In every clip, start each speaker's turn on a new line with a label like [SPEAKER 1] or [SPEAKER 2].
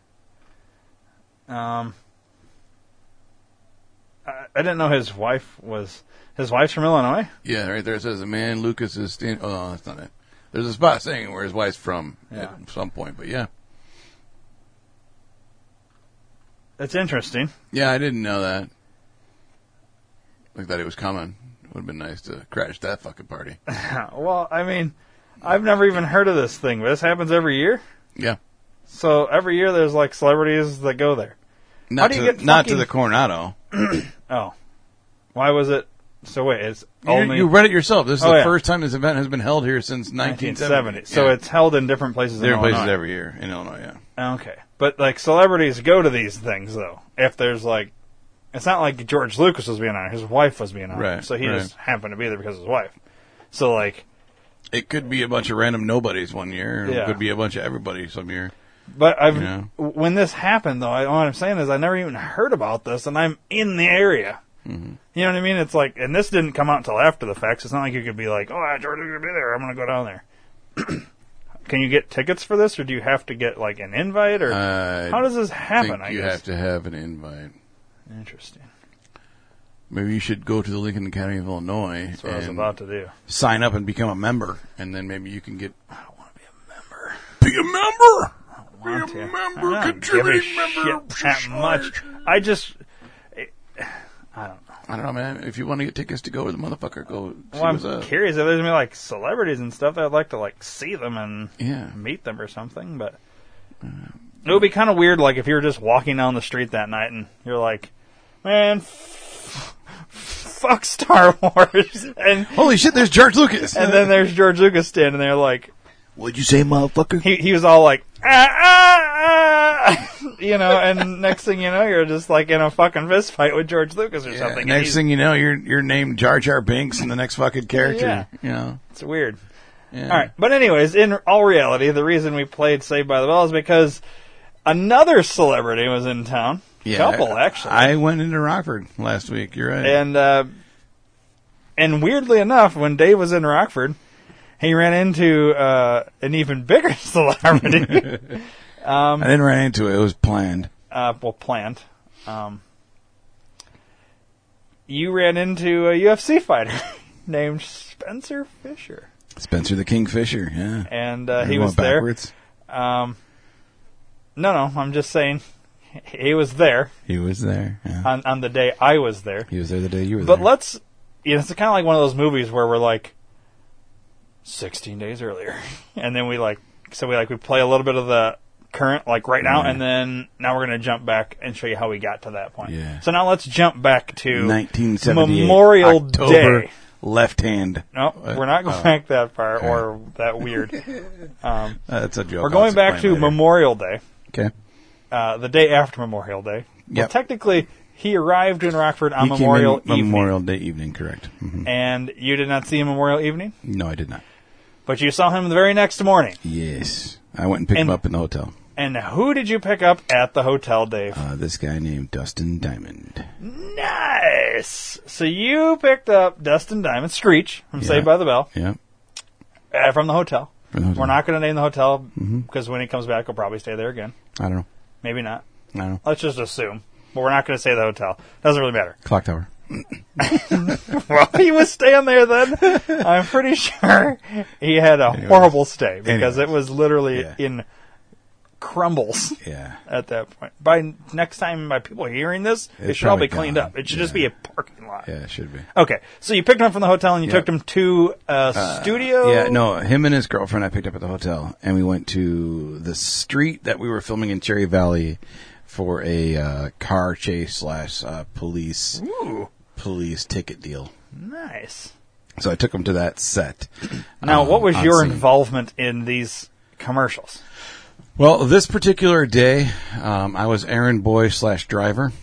[SPEAKER 1] Um, I, I didn't know his wife was his wife's from Illinois.
[SPEAKER 2] Yeah, right there it says a man Lucas is standing. Oh, no, that's not it. There's a spot saying where his wife's from
[SPEAKER 1] Yeah.
[SPEAKER 2] at some point, but yeah,
[SPEAKER 1] That's interesting.
[SPEAKER 2] yeah, I didn't know that.
[SPEAKER 3] Like that it was coming. Would have been nice to crash that fucking party.
[SPEAKER 1] well, I mean, I've never even heard of this thing, but this happens every year.
[SPEAKER 3] Yeah.
[SPEAKER 1] So every year there's like celebrities that go there.
[SPEAKER 3] Not
[SPEAKER 1] do
[SPEAKER 3] to
[SPEAKER 1] you
[SPEAKER 3] the-
[SPEAKER 1] get
[SPEAKER 3] not to
[SPEAKER 1] fucking-
[SPEAKER 3] the Coronado.
[SPEAKER 1] Oh, why was it? So wait, it's
[SPEAKER 3] You,
[SPEAKER 1] only
[SPEAKER 3] you read it yourself. This is
[SPEAKER 1] Oh,
[SPEAKER 3] the
[SPEAKER 1] yeah.
[SPEAKER 3] first time this event has been held here since 1970.
[SPEAKER 1] 1970. So
[SPEAKER 3] Yeah.
[SPEAKER 1] it's held in different places.
[SPEAKER 3] There are
[SPEAKER 1] in
[SPEAKER 3] places
[SPEAKER 1] Illinois.
[SPEAKER 3] every year in Illinois, yeah.
[SPEAKER 1] Okay, but like celebrities go to these things though. If there's like, it's not like George Lucas was being on; it, his wife was being on, it.
[SPEAKER 3] Right,
[SPEAKER 1] so he
[SPEAKER 3] right.
[SPEAKER 1] just happened to be there because of his wife. So like,
[SPEAKER 3] It could be a bunch of random nobodies one year.
[SPEAKER 1] Yeah.
[SPEAKER 3] It could be a bunch of everybody some year.
[SPEAKER 1] but I've
[SPEAKER 3] Yeah.
[SPEAKER 1] when this happened though, I, what I'm saying is I never even heard about this, and I'm in the area.
[SPEAKER 3] Mm-hmm.
[SPEAKER 1] You know what I mean? It's like, and this didn't come out until after the fact. So it's not like you could be like, "Oh, George Lucas will be there. I'm going to go down there." Can you get tickets for this, or do you have to get like an invite, or
[SPEAKER 3] I
[SPEAKER 1] how does this happen?
[SPEAKER 3] think
[SPEAKER 1] I
[SPEAKER 3] you
[SPEAKER 1] guess
[SPEAKER 3] have to have an invite.
[SPEAKER 1] interesting.
[SPEAKER 3] Maybe you should go to the Lincoln County of Illinois
[SPEAKER 1] That's what I was
[SPEAKER 3] and
[SPEAKER 1] about to do.
[SPEAKER 3] sign up and become a member, and then maybe you can get
[SPEAKER 1] I don't want to be a member.
[SPEAKER 3] be a member.
[SPEAKER 1] want
[SPEAKER 3] Be a
[SPEAKER 1] to.
[SPEAKER 3] member,
[SPEAKER 1] I don't give a
[SPEAKER 3] contributing member
[SPEAKER 1] shit
[SPEAKER 3] of
[SPEAKER 1] that
[SPEAKER 3] society.
[SPEAKER 1] much. I just
[SPEAKER 3] I don't know, man. If you want to get tickets to go to the motherfucker, go see
[SPEAKER 1] well, I'm
[SPEAKER 3] what's up.
[SPEAKER 1] curious if there's gonna be like celebrities and stuff. I'd like to like see them and
[SPEAKER 3] Yeah. Uh,
[SPEAKER 1] meet them or something. But it would be kind of weird, like if you were just walking down the street that night and you're like, man. f- Fuck Star Wars, and
[SPEAKER 3] Holy shit! There's George Lucas.
[SPEAKER 1] and then there's George Lucas standing there, like
[SPEAKER 3] what'd you say, motherfucker?
[SPEAKER 1] he he was all like, ah, ah, ah, you know, and next thing you know, you're just like in a fucking fist fight with George Lucas or
[SPEAKER 3] Yeah,
[SPEAKER 1] something. and
[SPEAKER 3] next
[SPEAKER 1] he's-
[SPEAKER 3] thing you know, you're you're named Jar Jar Binks and the next fucking character.
[SPEAKER 1] Yeah.
[SPEAKER 3] You know.
[SPEAKER 1] it's weird.
[SPEAKER 3] Yeah.
[SPEAKER 1] All right, but anyways, in all reality, the reason we played Saved by the Bell is because another celebrity was in town.
[SPEAKER 3] Yeah,
[SPEAKER 1] couple actually,
[SPEAKER 3] I went into Rockford last week. You're right.
[SPEAKER 1] and uh, and weirdly enough, when Dave was in Rockford, he ran into uh, an even bigger celebrity. um,
[SPEAKER 3] I didn't run into it. It was planned.
[SPEAKER 1] uh, well, planned. Um, you ran into a UFC fighter named Spencer Fisher,
[SPEAKER 3] Spencer the Kingfisher. Yeah.
[SPEAKER 1] and uh, he
[SPEAKER 3] Everyone
[SPEAKER 1] was there.
[SPEAKER 3] backwards.
[SPEAKER 1] Um, no, no, I'm just saying he was there
[SPEAKER 3] He was there. Yeah.
[SPEAKER 1] on, on the day I was there.
[SPEAKER 2] He was there the day you were
[SPEAKER 1] Uh, But
[SPEAKER 3] Mm-hmm.
[SPEAKER 2] there.
[SPEAKER 1] let's, you know, it's kind of like one of those movies where we're like 16 days earlier, and then we like, so we like we play a little bit of the current like right now,
[SPEAKER 3] Yeah.
[SPEAKER 1] and then now we're gonna jump back and show you how we got to that point.
[SPEAKER 3] Yeah.
[SPEAKER 1] So now let's jump back to
[SPEAKER 3] 1978
[SPEAKER 1] Memorial
[SPEAKER 3] October,
[SPEAKER 1] Day.
[SPEAKER 3] Left hand.
[SPEAKER 1] No,
[SPEAKER 3] Uh,
[SPEAKER 1] we're not going
[SPEAKER 3] oh,
[SPEAKER 1] back that far or that weird. um,
[SPEAKER 3] uh, that's a joke.
[SPEAKER 1] we're
[SPEAKER 3] I'll
[SPEAKER 1] going
[SPEAKER 3] explain
[SPEAKER 1] back to
[SPEAKER 3] later.
[SPEAKER 1] Memorial Day.
[SPEAKER 3] Okay.
[SPEAKER 1] uh, the day after Memorial Day. Well,
[SPEAKER 3] Yep.
[SPEAKER 1] technically, he arrived in Rockford on
[SPEAKER 3] He came in
[SPEAKER 1] Memorial Evening,
[SPEAKER 3] Memorial Day evening, correct? Mhm.
[SPEAKER 1] and you did not see him Memorial Evening,
[SPEAKER 3] No, I did not.
[SPEAKER 1] but you saw him the very next morning.
[SPEAKER 3] Yes, I went and picked
[SPEAKER 1] And-
[SPEAKER 3] him up in the hotel.
[SPEAKER 1] And who did you pick up at the hotel, Dave?
[SPEAKER 3] Uh, this guy named Dustin Diamond.
[SPEAKER 1] nice. So you picked up Dustin Diamond Screech from
[SPEAKER 3] Yeah.
[SPEAKER 1] Saved by the Bell
[SPEAKER 3] Yeah.
[SPEAKER 1] uh, from the hotel.
[SPEAKER 3] From the hotel. Mm-hmm.
[SPEAKER 1] We're not going to name the hotel because when he comes back, he'll probably stay there again.
[SPEAKER 3] I don't know.
[SPEAKER 1] Maybe not.
[SPEAKER 3] I don't know.
[SPEAKER 1] Let's just assume. But we're not going to say the hotel. Doesn't really matter.
[SPEAKER 3] Clock tower.
[SPEAKER 1] Well, he was staying there then. I'm pretty sure he had a horrible stay because it was literally
[SPEAKER 3] Yeah.
[SPEAKER 1] in crumbles
[SPEAKER 3] Yeah.
[SPEAKER 1] at that point. By next time, by people hearing this, it
[SPEAKER 3] It's
[SPEAKER 1] should all be
[SPEAKER 3] probably
[SPEAKER 1] cleaned
[SPEAKER 3] gone.
[SPEAKER 1] up. It should just be
[SPEAKER 3] Yeah.
[SPEAKER 1] a parking lot.
[SPEAKER 3] Yeah, it should be.
[SPEAKER 1] Okay, so you picked him up from the hotel and you
[SPEAKER 3] Yeah. Uh,
[SPEAKER 1] took him to a studio.
[SPEAKER 3] Yeah, no, him and his girlfriend I picked up at the hotel, and we went to the street that we were filming in Cherry Valley for a uh, car chase slash uh, police
[SPEAKER 1] Ooh,
[SPEAKER 3] police ticket deal.
[SPEAKER 1] nice.
[SPEAKER 3] So I took him to that set.
[SPEAKER 1] Now,
[SPEAKER 3] Um,
[SPEAKER 1] what was
[SPEAKER 3] on
[SPEAKER 1] your
[SPEAKER 3] scene.
[SPEAKER 1] involvement in these commercials?
[SPEAKER 3] Well, this particular day, um, I was errand boy slash driver.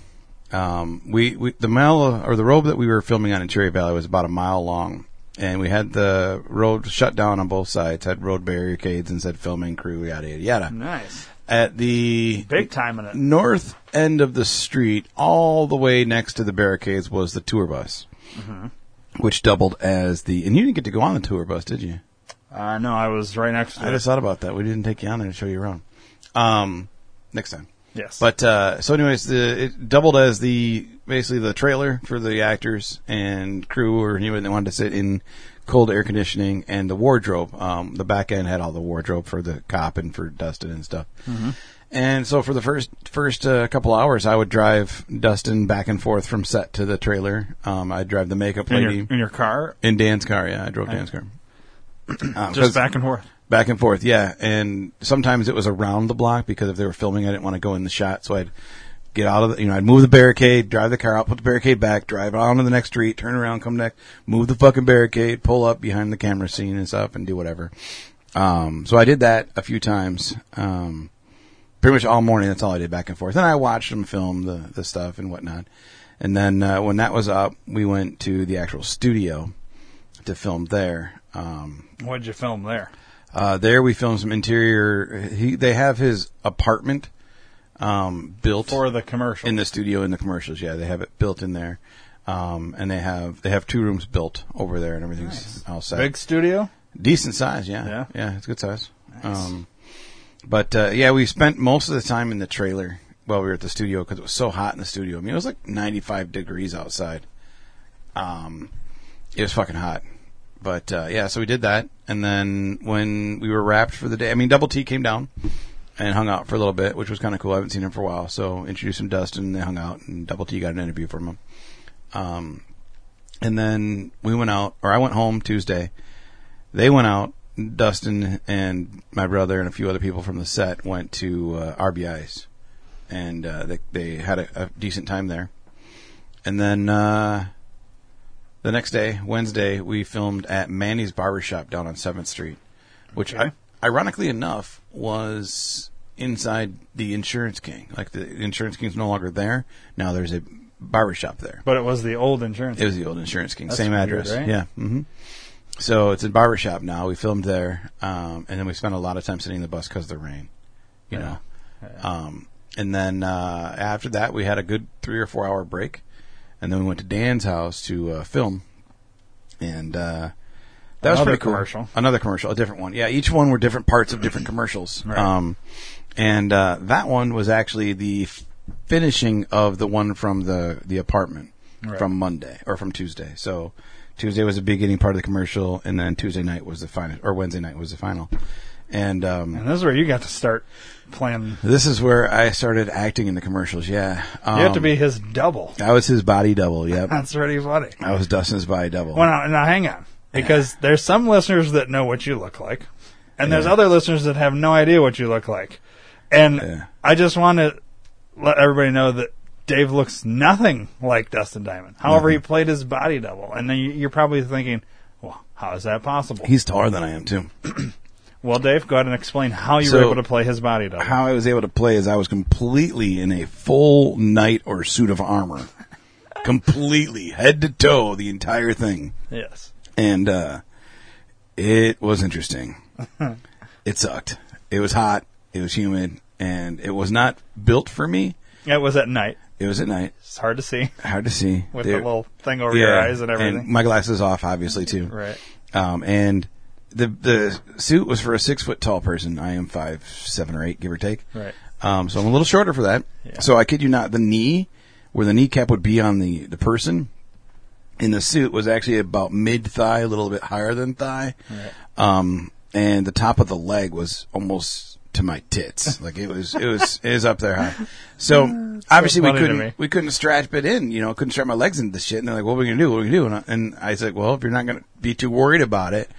[SPEAKER 3] Um, we, we the mile or the road that we were filming on in Cherry Valley was about a mile long, and we had the road shut down on both sides. Had road barricades and said filming crew yada yada yada.
[SPEAKER 1] Nice,
[SPEAKER 3] At the
[SPEAKER 1] big time in it.
[SPEAKER 3] north end of the street, all the way next to the barricades, was the tour bus, which doubled as the. And you didn't get to go on the tour bus, did you?
[SPEAKER 1] Uh, no, I was right next to
[SPEAKER 3] I
[SPEAKER 1] it.
[SPEAKER 3] just thought about that. We didn't take you on there to show you around. Um, next time.
[SPEAKER 1] yes,
[SPEAKER 3] But uh, so, anyways, the, it doubled as the basically the trailer for the actors and crew or anyone that wanted to sit in cold air conditioning
[SPEAKER 1] Mm-hmm.
[SPEAKER 3] and the wardrobe. Um, the back end had all the wardrobe for the cop and for Dustin and stuff. And so for the first first uh, couple hours, I would drive Dustin back and forth from set to the trailer. Um, I'd drive the makeup
[SPEAKER 1] in your,
[SPEAKER 3] lady
[SPEAKER 1] in your car,
[SPEAKER 3] in Dan's car. Yeah, I drove Dan's car. Um, 'cause-
[SPEAKER 1] just back and forth.
[SPEAKER 3] back and forth. Yeah, and sometimes it was around the block because if they were filming, I didn't want to go in the shot, so I'd get out of the, you know, I'd move the barricade, drive the car out, put the barricade back, drive on to the next street, turn around, come back, move the fucking barricade, pull up behind the camera scene and stuff, and do whatever. Um, so I did that a few times. Um, pretty much all morning. That's all I did back and forth. And I watched them film the, the stuff and whatnot. And then uh, when that was up, we went to the actual studio to film there. Um,
[SPEAKER 1] What'd you film there?
[SPEAKER 3] uh, there we filmed some interior. He, they have his apartment um, built
[SPEAKER 1] For the commercial.
[SPEAKER 3] in the studio in the commercials. Yeah, they have it built in there, um, and they have they have two rooms built over there, and everything's all set.
[SPEAKER 1] Big studio?
[SPEAKER 3] Decent size, yeah,
[SPEAKER 1] Yeah.
[SPEAKER 3] it's a good size. Um, but uh, yeah, we spent most of the time in the trailer while we were at the studio because it was so hot in the studio. I mean, it was like 95 degrees outside. Um, it was fucking hot. But uh, yeah, so we did that, and then when we were wrapped for the day, I mean, Double T came down and hung out for a little bit, which was kind of cool. I haven't seen him for a while, so introduced him to Dustin. They hung out, and Double T got an interview from him. Um, and then we went out, or I went home Tuesday. They went out. Dustin and my brother and a few other people from the set went to uh, RBI's, and uh, they they had a, a decent time there. And then uh, the next day, Wednesday, we filmed at Manny's Barbershop down on Seventh Street, which
[SPEAKER 1] Okay.
[SPEAKER 3] I, ironically enough was inside the Insurance King. Like the Insurance King's no longer there now. There's a barbershop there.
[SPEAKER 1] But it was the old insurance.
[SPEAKER 3] It was the old Insurance King,
[SPEAKER 1] That's
[SPEAKER 3] same
[SPEAKER 1] weird,
[SPEAKER 3] address.
[SPEAKER 1] right?
[SPEAKER 3] Yeah. hmm So it's a barbershop now. We filmed there, um, and then we spent a lot of time sitting in the bus because of the rain. You know. Um, and then uh, after that, we had a good three or four hour break, and then we went to Dan's house to uh, film, and uh, that was
[SPEAKER 1] Another
[SPEAKER 3] pretty cool.
[SPEAKER 1] commercial.
[SPEAKER 3] Another commercial, a different one. Yeah, each one were different parts of different commercials.
[SPEAKER 1] Right.
[SPEAKER 3] Um, and uh, that one was actually the f- finishing of the one from the the apartment
[SPEAKER 1] Right.
[SPEAKER 3] from Monday or from Tuesday. So Tuesday was the beginning part of the commercial, and then Tuesday night was the final, or Wednesday night was the final. And um,
[SPEAKER 1] and this is where you got to start playing.
[SPEAKER 3] this is where I started acting in the commercials. Yeah, um,
[SPEAKER 1] You have to be his double.
[SPEAKER 3] I was his body double. Yep,
[SPEAKER 1] That's pretty funny.
[SPEAKER 3] I was Dustin's body double.
[SPEAKER 1] Well, now, now hang on, because there's some listeners that know what you look like, and there's other listeners that have no idea what you look like, and
[SPEAKER 3] Yeah.
[SPEAKER 1] I just want to let everybody know that Dave looks nothing like Dustin Diamond. However, he played his body double, and then you- you're probably thinking, "Well, how is that possible?"
[SPEAKER 3] He's taller than I am too.
[SPEAKER 1] well, Dave, go ahead and explain how you were
[SPEAKER 3] So-
[SPEAKER 1] able to play his body double.
[SPEAKER 3] How I was able to play is I was completely in a full knight or suit of armor, completely head to toe, the entire thing.
[SPEAKER 1] yes,
[SPEAKER 3] and uh, it was interesting. it sucked. It was hot. It was humid, and it was not built for me.
[SPEAKER 1] it was at night.
[SPEAKER 3] It was at night,
[SPEAKER 1] It's hard to see
[SPEAKER 3] hard to see
[SPEAKER 1] with
[SPEAKER 3] There-
[SPEAKER 1] the little thing over your eyes and everything.
[SPEAKER 3] my glasses off, obviously too.
[SPEAKER 1] right.
[SPEAKER 3] Um, and the the suit was for a six foot tall person. I am five seven or eight, give or take.
[SPEAKER 1] Right.
[SPEAKER 3] Um, so I'm a little shorter for that.
[SPEAKER 1] Yeah.
[SPEAKER 3] So I kid you not, the knee where the kneecap would be on the the person in the suit was actually about mid thigh, a little bit higher than thigh. Um, and the top of the leg was almost to my tits. Like it was, it was, it was up there high. So obviously we
[SPEAKER 1] Mm, funny to me.
[SPEAKER 3] couldn't, we couldn't strap it in, you know, couldn't strap my legs into this shit. And they're like, what are we going to do? What are we going to do? And I, and I said, well, if you're not going to be too worried about it,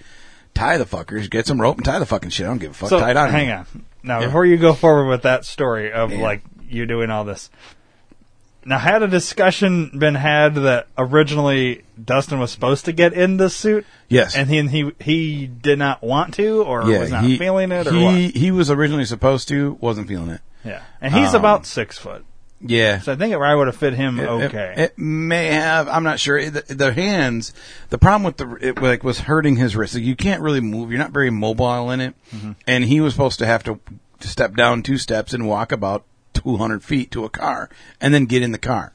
[SPEAKER 3] tie the fuckers, get some rope and tie the fucking shit. I don't give a fuck.
[SPEAKER 1] So
[SPEAKER 3] tie it on.
[SPEAKER 1] hang on. Now
[SPEAKER 3] Yeah.
[SPEAKER 1] before you go forward with that story of
[SPEAKER 3] Yeah.
[SPEAKER 1] like you doing all this. Now had a discussion been had that originally Dustin was supposed to get in the suit
[SPEAKER 3] Yes.
[SPEAKER 1] and he and he he did not want to or was not feeling it or
[SPEAKER 3] he,
[SPEAKER 1] what?
[SPEAKER 3] He was originally supposed to, wasn't feeling it.
[SPEAKER 1] Yeah. And he's
[SPEAKER 3] Um,
[SPEAKER 1] about six foot.
[SPEAKER 3] Yeah.
[SPEAKER 1] So I think it probably would have fit him
[SPEAKER 3] It- it-
[SPEAKER 1] okay.
[SPEAKER 3] It, may have. I'm not sure. It, the, the hands. The problem with the it like was hurting his wrist. Like, you can't really move. You're not very mobile in it.
[SPEAKER 1] Mm-hmm.
[SPEAKER 3] And he was supposed to have to to step down two steps and walk about 200 feet to a car, and then get in the car.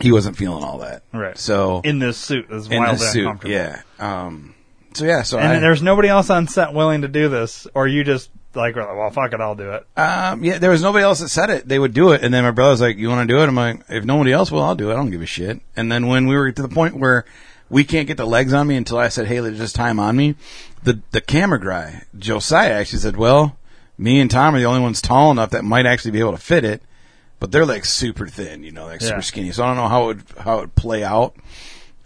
[SPEAKER 3] He wasn't feeling all that.
[SPEAKER 1] right.
[SPEAKER 3] So
[SPEAKER 1] in this suit is
[SPEAKER 3] in
[SPEAKER 1] wild
[SPEAKER 3] the
[SPEAKER 1] and
[SPEAKER 3] suit,
[SPEAKER 1] uncomfortable.
[SPEAKER 3] yeah. Um. So yeah. So
[SPEAKER 1] And
[SPEAKER 3] I,
[SPEAKER 1] then there's nobody else on set willing to do this, or you just like, were like, well, fuck it, I'll do it.
[SPEAKER 3] Um, yeah, there was nobody else that said it. They would do it, and then my brother's like, "You want to do it?" I'm like, "If nobody else will, I'll do it. I don't give a shit." And then when we were to the point where we can't get the legs on me until I said, "Hey, there's just time on me," the the camera guy Josiah actually said, "Well, me and Tom are the only ones tall enough that might actually be able to fit it, but they're like super thin, you know, like
[SPEAKER 1] Yeah.
[SPEAKER 3] super skinny. So I don't know how it would, how it would play out.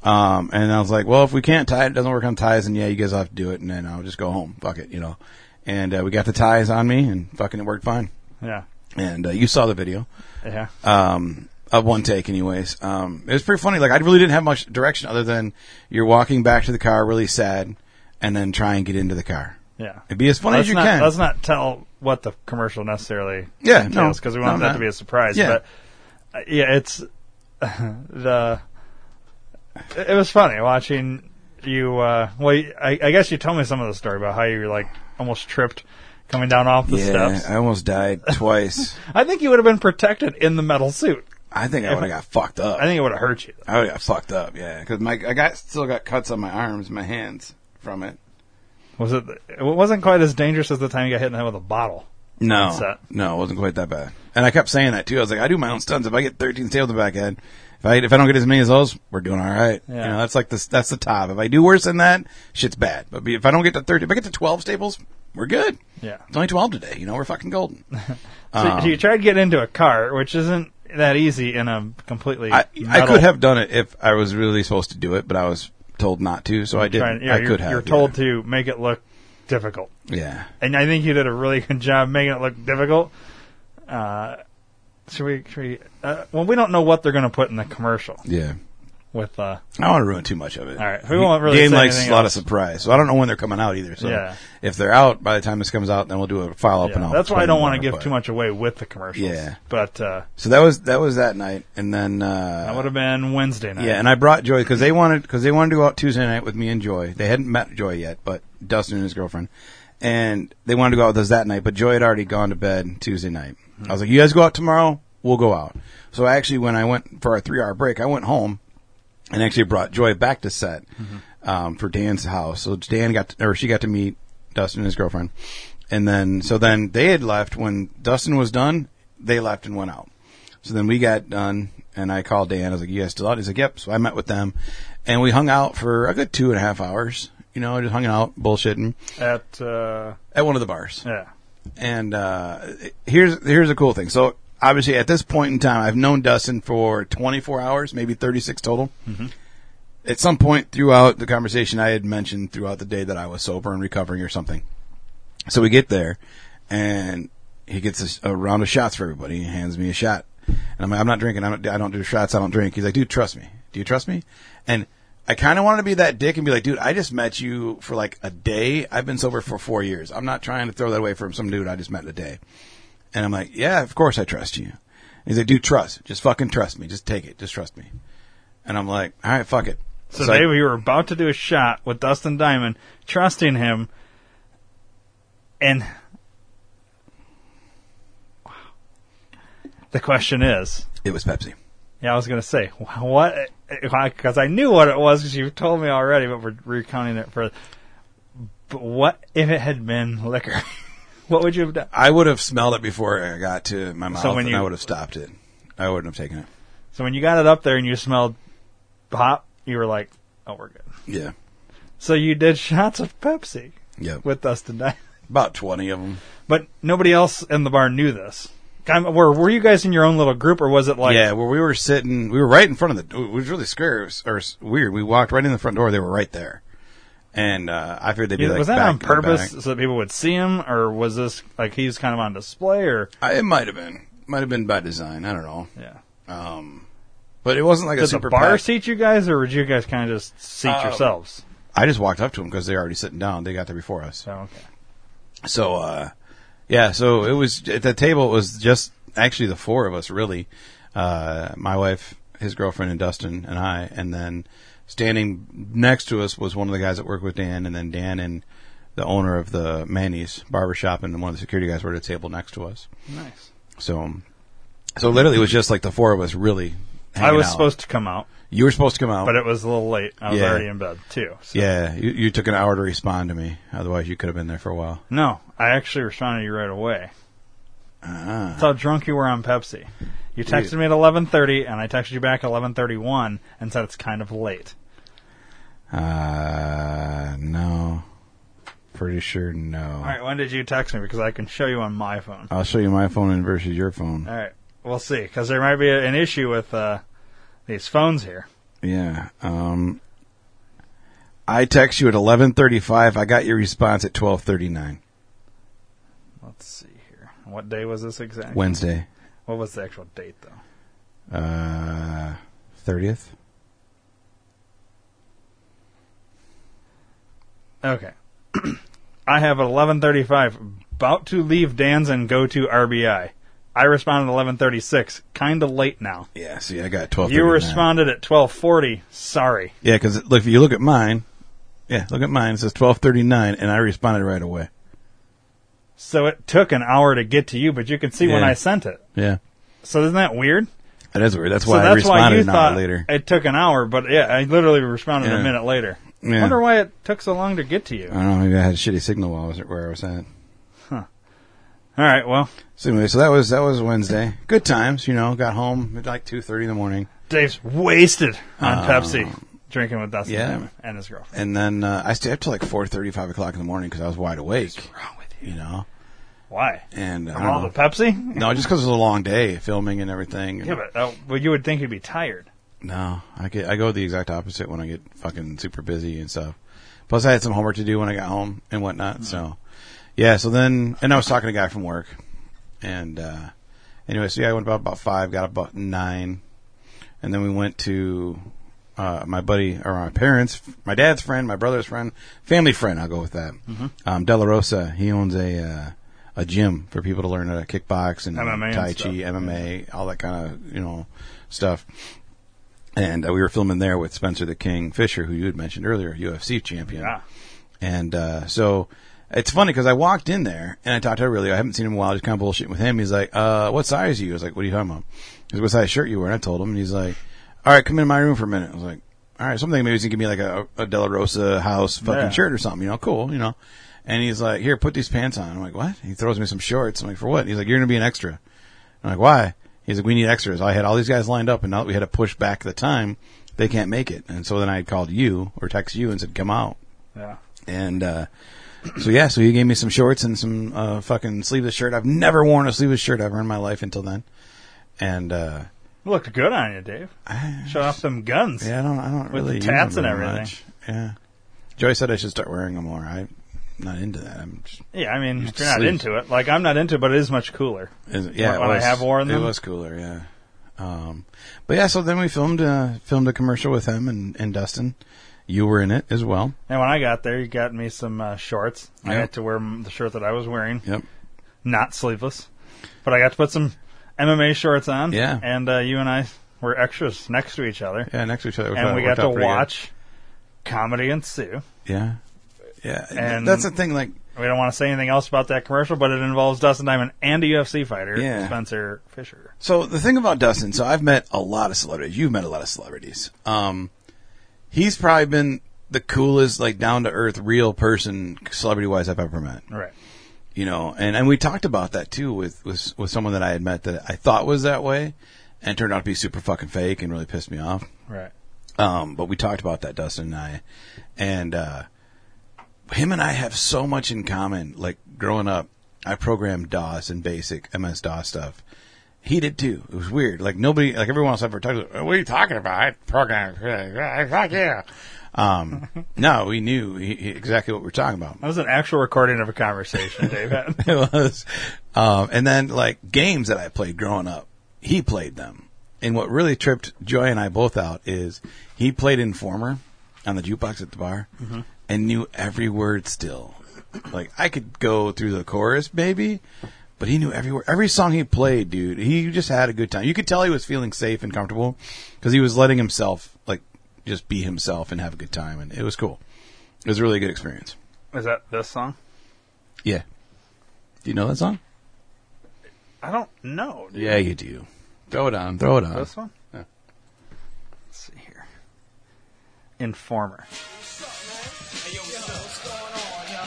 [SPEAKER 3] Um, and I was like, well, if we can't tie it, it doesn't work on ties, and yeah, you guys will have to do it, and then I'll just go home. Fuck it, you know. And uh, we got the ties on me, and fucking it worked fine.
[SPEAKER 1] Yeah.
[SPEAKER 3] And uh, you saw the video
[SPEAKER 1] Yeah.
[SPEAKER 3] um, of one take, anyways. Um, it was pretty funny. Like I really didn't have much direction other than you're walking back to the car, really sad, and then try and get into the car.
[SPEAKER 1] Yeah.
[SPEAKER 3] And be as funny
[SPEAKER 1] Let's
[SPEAKER 3] as you
[SPEAKER 1] not,
[SPEAKER 3] can.
[SPEAKER 1] Let's not tell what the commercial necessarily
[SPEAKER 3] Yeah, no.
[SPEAKER 1] entails because we want
[SPEAKER 3] No,
[SPEAKER 1] that
[SPEAKER 3] no.
[SPEAKER 1] to be a surprise.
[SPEAKER 3] Yeah.
[SPEAKER 1] But uh, yeah, it's the. It it was funny watching you. Uh, well, you- I, I guess you told me some of the story about how you were like almost tripped coming down off the
[SPEAKER 3] yeah,
[SPEAKER 1] steps.
[SPEAKER 3] I almost died twice.
[SPEAKER 1] I think you would have been protected in the metal suit.
[SPEAKER 3] I think I would have got fucked up.
[SPEAKER 1] I think it would have hurt you.
[SPEAKER 3] I would have got fucked up. Yeah, because my I got still got cuts on my arms, my hands from it.
[SPEAKER 1] Was it? It wasn't quite as dangerous as the time you got hit in the head with a bottle.
[SPEAKER 3] No,
[SPEAKER 1] That's it.
[SPEAKER 3] no, it wasn't quite that bad. And I kept saying that too. I was like, I do my own stunts. If I get 13 tails in the back end, if I if I don't get as many as those, we're doing all right.
[SPEAKER 1] Yeah.
[SPEAKER 3] You know, that's like this. That's the top. If I do worse than that, shit's bad. But be- if I don't get to 30, if I get to 12 staples, we're good.
[SPEAKER 1] Yeah.
[SPEAKER 3] It's only 12 today. You know, we're fucking golden. Um,
[SPEAKER 1] So,
[SPEAKER 3] Uh,
[SPEAKER 1] so you tried to get into a car, which isn't that easy in a completely.
[SPEAKER 3] I, I
[SPEAKER 1] metal-
[SPEAKER 3] could have done it if I was really supposed to do it, but I was told not to, so I
[SPEAKER 1] trying-
[SPEAKER 3] didn't.
[SPEAKER 1] yeah,
[SPEAKER 3] I
[SPEAKER 1] you're,
[SPEAKER 3] could have.
[SPEAKER 1] You're told to make it look difficult,
[SPEAKER 3] Yeah. yeah.
[SPEAKER 1] and I think you did a really good job making it look difficult. Uh, should we? Should we uh, well, we don't know what they're going to put in the commercial
[SPEAKER 3] Yeah.
[SPEAKER 1] with. Uh,
[SPEAKER 3] I don't want to ruin too much of it.
[SPEAKER 1] All right. We won't really
[SPEAKER 3] Game
[SPEAKER 1] say
[SPEAKER 3] likes a
[SPEAKER 1] anything
[SPEAKER 3] lot
[SPEAKER 1] else.
[SPEAKER 3] of surprise, so I don't know when they're coming out either. So
[SPEAKER 1] Yeah.
[SPEAKER 3] if they're out by the time this comes out, then we'll do a follow up.
[SPEAKER 1] yeah,
[SPEAKER 3] and I'll
[SPEAKER 1] that's why I
[SPEAKER 3] explain
[SPEAKER 1] don't want to
[SPEAKER 3] more,
[SPEAKER 1] give
[SPEAKER 3] but-
[SPEAKER 1] too much away with the commercials.
[SPEAKER 3] Yeah.
[SPEAKER 1] but uh,
[SPEAKER 3] So that was that was that night, and then uh,
[SPEAKER 1] that would have been Wednesday night.
[SPEAKER 3] yeah, and I brought Joy because they wanted because they wanted to go out Tuesday night with me and Joy. They hadn't met Joy yet, but Dustin and his girlfriend, and they wanted to go out with us that night. But Joy had already gone to bed Tuesday night. I was like, "You guys go out tomorrow. We'll go out." So actually, when I went for our three hour break, I went home and actually brought Joy back to set um, for Dan's house. So Dan got to, or she got to meet Dustin and his girlfriend, and then so then they had left when Dustin was done. They left and went out. So then we got done, and I called Dan. I was like, "You guys still out?" He's like, "Yep." So I met with them, and we hung out for a good two and a half hours. You know, just hung out, bullshitting
[SPEAKER 1] at uh,
[SPEAKER 3] at one of the bars.
[SPEAKER 1] yeah,
[SPEAKER 3] And uh, here's here's a cool thing. So obviously, at this point in time, I've known Dustin for 24 hours, maybe 36 total. At some point throughout the conversation, I had mentioned throughout the day that I was sober and recovering or something. So we get there, and he gets a, a round of shots for everybody. He hands me a shot, and I'm like, I'm not drinking. I don't. I don't do shots. I don't drink. He's like, dude, trust me. Do you trust me? And I kind of wanted to be that dick and be like, dude, I just met you for like a day. I've been sober for four years. I'm not trying to throw that away from some dude I just met in a day. And I'm like, yeah, of course I trust you. And he's like, dude, trust. Just fucking trust me. Just take it. Just trust me. And I'm like, all right, fuck it.
[SPEAKER 1] So,
[SPEAKER 3] I-
[SPEAKER 1] Dave, we were about to do a shot with Dustin Diamond, trusting him, and Wow. the question is,
[SPEAKER 3] it was Pepsi.
[SPEAKER 1] yeah, I was going to say what because I knew what it was because you told me already, but we're recounting it for. But what if it had been liquor? what would you have done?
[SPEAKER 3] I would have smelled it before I got to my mouth,
[SPEAKER 1] So when
[SPEAKER 3] and
[SPEAKER 1] you-
[SPEAKER 3] I would have stopped it. I wouldn't have taken it.
[SPEAKER 1] So when you got it up there and you smelled pop, you were like, "Oh, we're good."
[SPEAKER 3] Yeah.
[SPEAKER 1] So you did shots of Pepsi
[SPEAKER 3] Yeah.
[SPEAKER 1] with Dustin Diamond.
[SPEAKER 3] About 20 of them.
[SPEAKER 1] but nobody else in the bar knew this. I'm, were were you guys in your own little group, or was it like
[SPEAKER 3] yeah, where we were sitting, we were right in front of the. It was really scary it was- or s- weird. We walked right in the front door. They were right there, and uh, I figured they'd be like,
[SPEAKER 1] was that
[SPEAKER 3] back
[SPEAKER 1] on
[SPEAKER 3] in the
[SPEAKER 1] purpose
[SPEAKER 3] back.
[SPEAKER 1] so that people would see him, or was this like he's kind of on display, or
[SPEAKER 3] I, it might have been, might have been by design. I don't know,
[SPEAKER 1] yeah?
[SPEAKER 3] um, but it wasn't like a
[SPEAKER 1] Did the
[SPEAKER 3] super
[SPEAKER 1] bar
[SPEAKER 3] packed-
[SPEAKER 1] seat you guys, or would you guys kind of just seat
[SPEAKER 3] Uh,
[SPEAKER 1] yourselves?
[SPEAKER 3] I just walked up to them because they were already sitting down. They got there before us.
[SPEAKER 1] So oh, okay,
[SPEAKER 3] So, uh, yeah, so it was at the table, it was just actually the four of us, really. Uh, my wife, his girlfriend, and Dustin, and I. And then standing next to us was one of the guys that worked with Dan, and then Dan and the owner of the Manny's barbershop, and one of the security guys were at a table next to us.
[SPEAKER 1] nice.
[SPEAKER 3] So, so literally, it was just like the four of us really.
[SPEAKER 1] I
[SPEAKER 3] hanging
[SPEAKER 1] was
[SPEAKER 3] out.
[SPEAKER 1] supposed to come out,
[SPEAKER 3] You were supposed to come out,
[SPEAKER 1] but it was a little late. I was
[SPEAKER 3] Yeah.
[SPEAKER 1] already in bed too. So.
[SPEAKER 3] yeah, you, you took an hour to respond to me. Otherwise, you could have been there for a while.
[SPEAKER 1] No, I actually responded to you right away.
[SPEAKER 3] Ah.
[SPEAKER 1] That's how drunk you were on Pepsi. You texted me at eleven thirty, and I texted you back at eleven thirty one, and said it's kind of late.
[SPEAKER 3] Uh, no. pretty sure no.
[SPEAKER 1] All right, when did you text me? Because I can show you on my phone.
[SPEAKER 3] I'll show you my phone versus your phone.
[SPEAKER 1] All right, we'll see. Because there might be a- an issue with uh, these phones here.
[SPEAKER 3] Yeah. Um, I text you at eleven thirty-five. I got your response at twelve thirty-nine
[SPEAKER 1] Let's see here. What day was this exactly?
[SPEAKER 3] Wednesday,
[SPEAKER 1] What was the actual date, though?
[SPEAKER 3] uh, thirtieth.
[SPEAKER 1] Okay. I have at 11:35 about to leave Dan's and go to RBI. I responded at 11:36, kind of late now.
[SPEAKER 3] yeah. See, I got twelve.
[SPEAKER 1] You responded at 12:40. Sorry.
[SPEAKER 3] Yeah, because look, if you look at mine, yeah, look at mine. It says twelve thirty-nine, and I responded right away.
[SPEAKER 1] So it took an hour to get to you, but you can see when
[SPEAKER 3] Yeah.
[SPEAKER 1] I sent it.
[SPEAKER 3] Yeah,
[SPEAKER 1] So isn't that weird?
[SPEAKER 3] that is weird. That's why
[SPEAKER 1] so
[SPEAKER 3] I
[SPEAKER 1] that's why
[SPEAKER 3] responded
[SPEAKER 1] you
[SPEAKER 3] an
[SPEAKER 1] thought
[SPEAKER 3] hour later.
[SPEAKER 1] it took an hour, but yeah, I literally responded
[SPEAKER 3] Yeah.
[SPEAKER 1] a minute later.
[SPEAKER 3] Yeah.
[SPEAKER 1] Wonder why it took so long to get to you.
[SPEAKER 3] I don't know. Maybe I had a shitty signal while I was where I was at.
[SPEAKER 1] All right, well,
[SPEAKER 3] So anyway, so that was that was Wednesday. Good times, you know. Got home at like two thirty in the morning,
[SPEAKER 1] Dave's wasted on Pepsi, drinking with Dustin
[SPEAKER 3] Oh. yeah.
[SPEAKER 1] and his girlfriend.
[SPEAKER 3] and then uh, I stayed up till like four thirty, five o'clock in the morning because I was wide awake.
[SPEAKER 1] What's wrong with you?
[SPEAKER 3] You Oh. know,
[SPEAKER 1] Why?
[SPEAKER 3] and I
[SPEAKER 1] From
[SPEAKER 3] don't
[SPEAKER 1] all
[SPEAKER 3] know.
[SPEAKER 1] the Pepsi?
[SPEAKER 3] No, just because it was a long day filming and everything.
[SPEAKER 1] Yeah, but uh, well, you would think you'd be tired.
[SPEAKER 3] no, I get I go the exact opposite when I get fucking super busy and stuff. Plus, I had some homework to do when I got home and whatnot.
[SPEAKER 1] Mm-hmm.
[SPEAKER 3] So, yeah. So then, and I was talking to a guy from work, and uh anyway, so yeah, I went about about five, got about nine, and then we went to uh my buddy or my parents, my dad's friend, my brother's friend, family friend. I'll go with that.
[SPEAKER 1] Mm-hmm.
[SPEAKER 3] Um, De La Rosa. He owns a uh, a gym for people to learn how to kickbox and
[SPEAKER 1] MMA and
[SPEAKER 3] tai chi,
[SPEAKER 1] stuff.
[SPEAKER 3] MMA, all that kind of you know stuff. And uh, we were filming there with Spencer the King Fisher, who you had mentioned earlier, UFC champion.
[SPEAKER 1] Yeah.
[SPEAKER 3] And uh, so it's funny because I walked in there and I talked to Aurelio. I haven't seen him in a while. Just kind of bullshitting with him. He's like, uh, "What size are you?" I was like, "What are you talking about?" He's like, "What size shirt you wear?" And I told him, and he's like, "All right, come into my room for a minute." I was like, "All right, something maybe he's gonna give me like a, a De La Rosa house fucking
[SPEAKER 1] Yeah.
[SPEAKER 3] shirt or something, you know? Cool, you know." And he's like, "Here, put these pants on." I'm like, "What?" He throws me some shorts. I'm like, "For what?" He's like, "You're gonna be an extra." I'm like, why? He's like, we need extras. I had all these guys lined up, and now that we had to push back the time, they can't make it. And so then I called you or text you and said, come out.
[SPEAKER 1] Yeah.
[SPEAKER 3] And uh, so yeah, so he gave me some shorts and some uh, fucking sleeveless shirt. I've never worn a sleeveless shirt ever in my life until then. And uh,
[SPEAKER 1] Looked good on you, Dave. Shut off some guns.
[SPEAKER 3] yeah, I don't, I don't
[SPEAKER 1] With the
[SPEAKER 3] really use
[SPEAKER 1] tats
[SPEAKER 3] them
[SPEAKER 1] and
[SPEAKER 3] very
[SPEAKER 1] everything.
[SPEAKER 3] much. Yeah, Joy said I should start wearing them more. I'm not into that. I'm just,
[SPEAKER 1] Yeah, I mean,
[SPEAKER 3] Just
[SPEAKER 1] if you're not
[SPEAKER 3] sleeves.
[SPEAKER 1] into it. Like, I'm not into it, but it is much cooler.
[SPEAKER 3] Is- yeah, it
[SPEAKER 1] when I
[SPEAKER 3] was-
[SPEAKER 1] have worn them?
[SPEAKER 3] It was cooler, yeah. Um, but yeah, so then we filmed uh, filmed a commercial with him and, and Dustin. You were in it as well.
[SPEAKER 1] And when I got there, you got me some uh, shorts. I
[SPEAKER 3] Yeah.
[SPEAKER 1] got to wear m- the shirt that I was wearing,
[SPEAKER 3] Yep.
[SPEAKER 1] not sleeveless. But I got to put some MMA shorts on.
[SPEAKER 3] Yeah.
[SPEAKER 1] And uh, you and I were extras next to each other.
[SPEAKER 3] Yeah, next to each other. which I-
[SPEAKER 1] and we
[SPEAKER 3] worked
[SPEAKER 1] got to
[SPEAKER 3] out pretty good.
[SPEAKER 1] watch Comedy and Sue.
[SPEAKER 3] Yeah, yeah.
[SPEAKER 1] And-
[SPEAKER 3] that's the thing. Like,
[SPEAKER 1] We don't want to say anything else about that commercial, but it involves Dustin Diamond and a UFC fighter,
[SPEAKER 3] Yeah.
[SPEAKER 1] Spencer Fisher.
[SPEAKER 3] so the thing about Dustin. So I've met a lot of celebrities. You've met a lot of celebrities. Um, he's probably been the coolest, like down to earth, real person, celebrity wise, I've ever met.
[SPEAKER 1] Right.
[SPEAKER 3] you know, and, and we talked about that too with, with, with someone that I had met that I thought was that way and turned out to be super fucking fake and really pissed me off.
[SPEAKER 1] Right.
[SPEAKER 3] Um, but we talked about that, Dustin and I, and, uh, him and I have so much in common. Like growing up, I programmed DOS and basic MS DOS stuff. He did too. It was weird. Like nobody, like everyone else I've ever talked to, "Oh, what are you talking about? I programmed, fuck yeah. Um, no, we knew he, he- exactly what we we're talking about
[SPEAKER 1] That was an actual recording of a conversation Dave had.
[SPEAKER 3] it was. Um, and then like games that I played growing up, he played them. And what really tripped Joy and I both out is he played Informer on the jukebox at the bar and knew every word still. Like I could go through the chorus maybe, but he knew every word, every song he played, dude. He just had a good time. You could tell he was feeling safe and comfortable because he was letting himself like just be himself and have a good time. And it was cool. It was a really good experience.
[SPEAKER 1] Is that this song?
[SPEAKER 3] Yeah. Do you know that song?
[SPEAKER 1] I don't know. dude.
[SPEAKER 3] Yeah, you do. Throw it on. Throw it on.
[SPEAKER 1] This one?
[SPEAKER 3] Yeah.
[SPEAKER 1] Let's see here. Informer.
[SPEAKER 4] Hey, yo, what's up? What's going on, yo?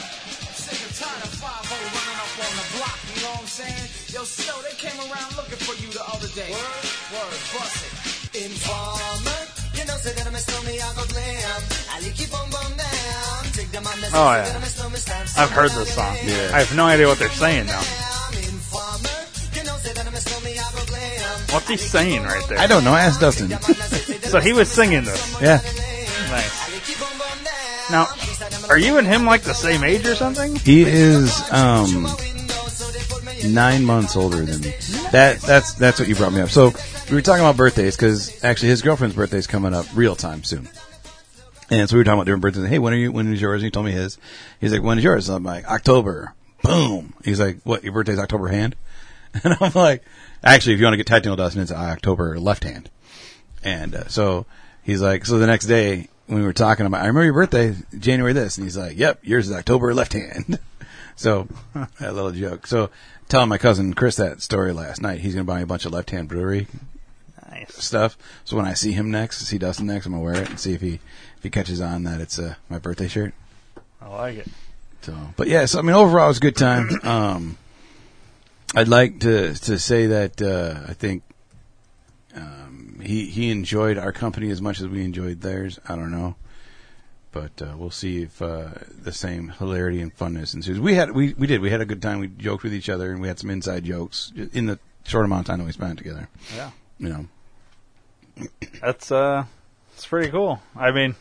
[SPEAKER 4] Sick and tired of 5 running up on the block, you know what I'm saying? Yo, Snow, they came around looking for you the other day. Word, word, bust it. Informer, you know, say that I'm a stormy, I go glam. I keep on bum down. Take
[SPEAKER 1] Oh yeah, I've heard this song.
[SPEAKER 3] Yeah.
[SPEAKER 1] I have no idea what they're saying now. What's he saying right there?
[SPEAKER 3] I don't know. Ask Dustin.
[SPEAKER 1] So he was singing this.
[SPEAKER 3] yeah.
[SPEAKER 1] Nice. Now, are you and him like the same age or something?
[SPEAKER 3] He is um nine months older than me. That that's that's what you brought me up. So we were talking about birthdays because actually his girlfriend's birthday is coming up real time soon. And so we were talking about different birthdays. Hey, when are you? When is yours? And he told me his. He's like, when is yours? And I'm like, October. Boom. He's like, what? Your birthday's October hand? And I'm like, actually, if you want to get technical, Dustin, it's October left hand. And uh, so he's like, so the next day when we were talking about, I remember your birthday, January this, and he's like, yep, yours is October left hand. so a little joke. So telling my cousin Chris that story last night, he's gonna buy me a bunch of left hand brewery
[SPEAKER 1] Nice.
[SPEAKER 3] stuff. So when I see him next, see Dustin next, I'm gonna wear it and see if he if he catches on that it's uh, my birthday shirt.
[SPEAKER 1] I like it.
[SPEAKER 3] So, but yeah, so I mean, overall, it was a good time. Um, I'd like to to say that uh, I think um, he he enjoyed our company as much as we enjoyed theirs. I don't know, but uh, we'll see if uh, the same hilarity and funness ensues. We had we we did we had a good time. We joked with each other and we had some inside uh, jokes in the short amount of time that we spent together.
[SPEAKER 1] Yeah.
[SPEAKER 3] You know,
[SPEAKER 1] That's uh, it's pretty cool. I mean,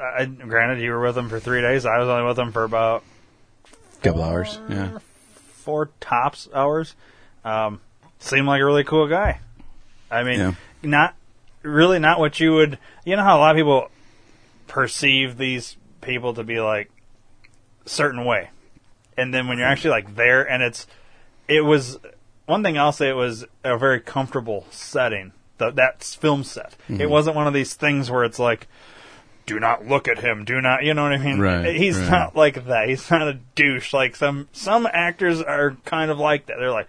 [SPEAKER 1] I, granted, you were with him for three days. I was only with him for about
[SPEAKER 3] couple hours.
[SPEAKER 1] Uh,
[SPEAKER 3] Yeah,
[SPEAKER 1] four tops hours. Um, seemed like a really cool guy. I mean,
[SPEAKER 3] Yeah.
[SPEAKER 1] not really not what you would. You know how a lot of people perceive these people to be like certain way, and then when you're actually like there, and it's it was one thing I'll say. It was a very comfortable setting. The, that film set.
[SPEAKER 3] Mm-hmm.
[SPEAKER 1] It wasn't one of these things where it's like, do not look at him. Do not. You know what I mean?
[SPEAKER 3] Right,
[SPEAKER 1] He's
[SPEAKER 3] right.
[SPEAKER 1] not like that. He's not a douche. Like some some actors are kind of like that. They're like,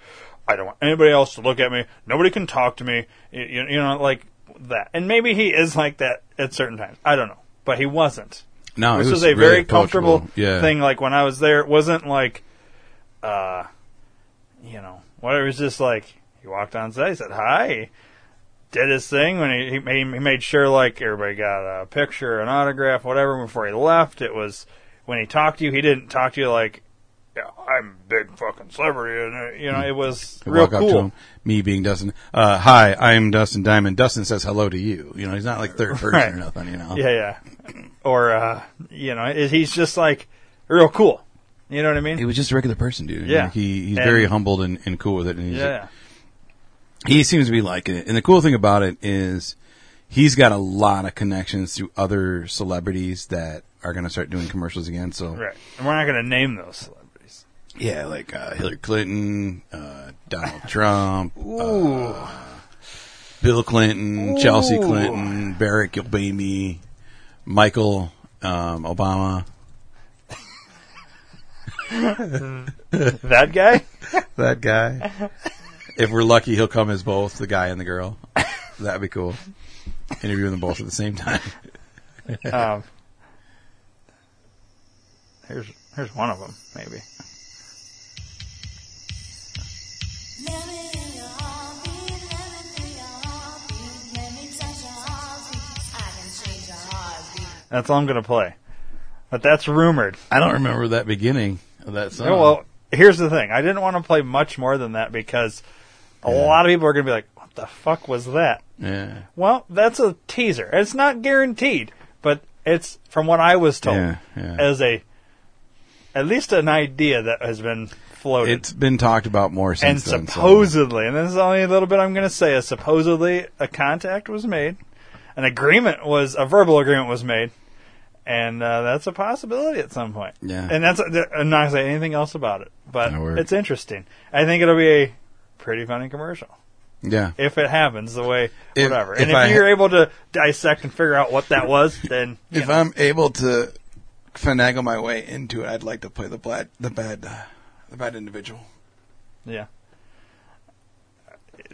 [SPEAKER 1] I don't want anybody else to look at me. Nobody can talk to me. You, you, you know, like that. And maybe he is like that at certain times. I don't know, but he wasn't.
[SPEAKER 3] no,
[SPEAKER 1] Which
[SPEAKER 3] it
[SPEAKER 1] was, a
[SPEAKER 3] really
[SPEAKER 1] very comfortable
[SPEAKER 3] approachable. yeah.
[SPEAKER 1] thing. Like when I was there, it wasn't like, uh, you know, whatever. It was just like he walked on set, he said hi, did his thing. When he he made, he made sure like everybody got a picture, an autograph, whatever. Before he left, it was when he talked to you, he didn't talk to you like, yeah, I'm a big fucking celebrity, and uh, you know, it was
[SPEAKER 3] I
[SPEAKER 1] real
[SPEAKER 3] Mm. walk up to
[SPEAKER 1] cool.
[SPEAKER 3] him, me being Dustin. Uh, hi, I'm Dustin Diamond. Dustin says hello to you. You know, he's not like third person
[SPEAKER 1] Right.
[SPEAKER 3] or nothing. You know,
[SPEAKER 1] Yeah, yeah. Or uh, you know, it, he's just like real cool. You know what I mean?
[SPEAKER 3] he was just a regular person, dude.
[SPEAKER 1] Yeah.
[SPEAKER 3] Like, he he's
[SPEAKER 1] And-
[SPEAKER 3] very humbled and, and cool with it. And he's,
[SPEAKER 1] yeah.
[SPEAKER 3] he seems to be liking it. And the cool thing about it is he's got a lot of connections to other celebrities that are going to start doing commercials again. So
[SPEAKER 1] Right. And we're not going to name those celebrities.
[SPEAKER 3] yeah, like uh, Hillary Clinton, uh, Donald Trump, uh,
[SPEAKER 1] Ooh.
[SPEAKER 3] Bill Clinton, Chelsea
[SPEAKER 1] Ooh.
[SPEAKER 3] Clinton, Barack Obama, Michael um, Obama.
[SPEAKER 1] that guy?
[SPEAKER 3] That guy. if we're lucky, he'll come as both the guy and the girl. That'd be cool. Interviewing them both at the same time.
[SPEAKER 1] Um, here's here's one of them, maybe. That's all I'm going to play. But that's rumored.
[SPEAKER 3] I don't remember that beginning of that song.
[SPEAKER 1] Yeah, well, here's the thing. I didn't want to play much more than that because a lot of people are going to be like, what the fuck was that?
[SPEAKER 3] yeah.
[SPEAKER 1] Well, that's a teaser. It's not guaranteed, but it's from what I was told
[SPEAKER 3] Yeah, yeah.
[SPEAKER 1] as a at least an idea that has been floated.
[SPEAKER 3] It's been talked about more
[SPEAKER 1] and
[SPEAKER 3] since then. so-
[SPEAKER 1] supposedly, and this is only a little bit I'm going to say, is supposedly a contact was made, an agreement was a verbal agreement was made, and uh, that's a possibility at some point.
[SPEAKER 3] Yeah.
[SPEAKER 1] and that's uh, I'm not going to say anything else about it, but
[SPEAKER 3] No worries.
[SPEAKER 1] it's interesting. I think it'll be a pretty funny commercial
[SPEAKER 3] yeah.
[SPEAKER 1] if it happens the way
[SPEAKER 3] If-
[SPEAKER 1] whatever.
[SPEAKER 3] if
[SPEAKER 1] and if
[SPEAKER 3] I-
[SPEAKER 1] you're able to dissect and figure out what that was, then you
[SPEAKER 3] If
[SPEAKER 1] know,
[SPEAKER 3] I'm able to finagle my way into it, I'd like to play the bad, the bad, uh, the bad individual.
[SPEAKER 1] yeah,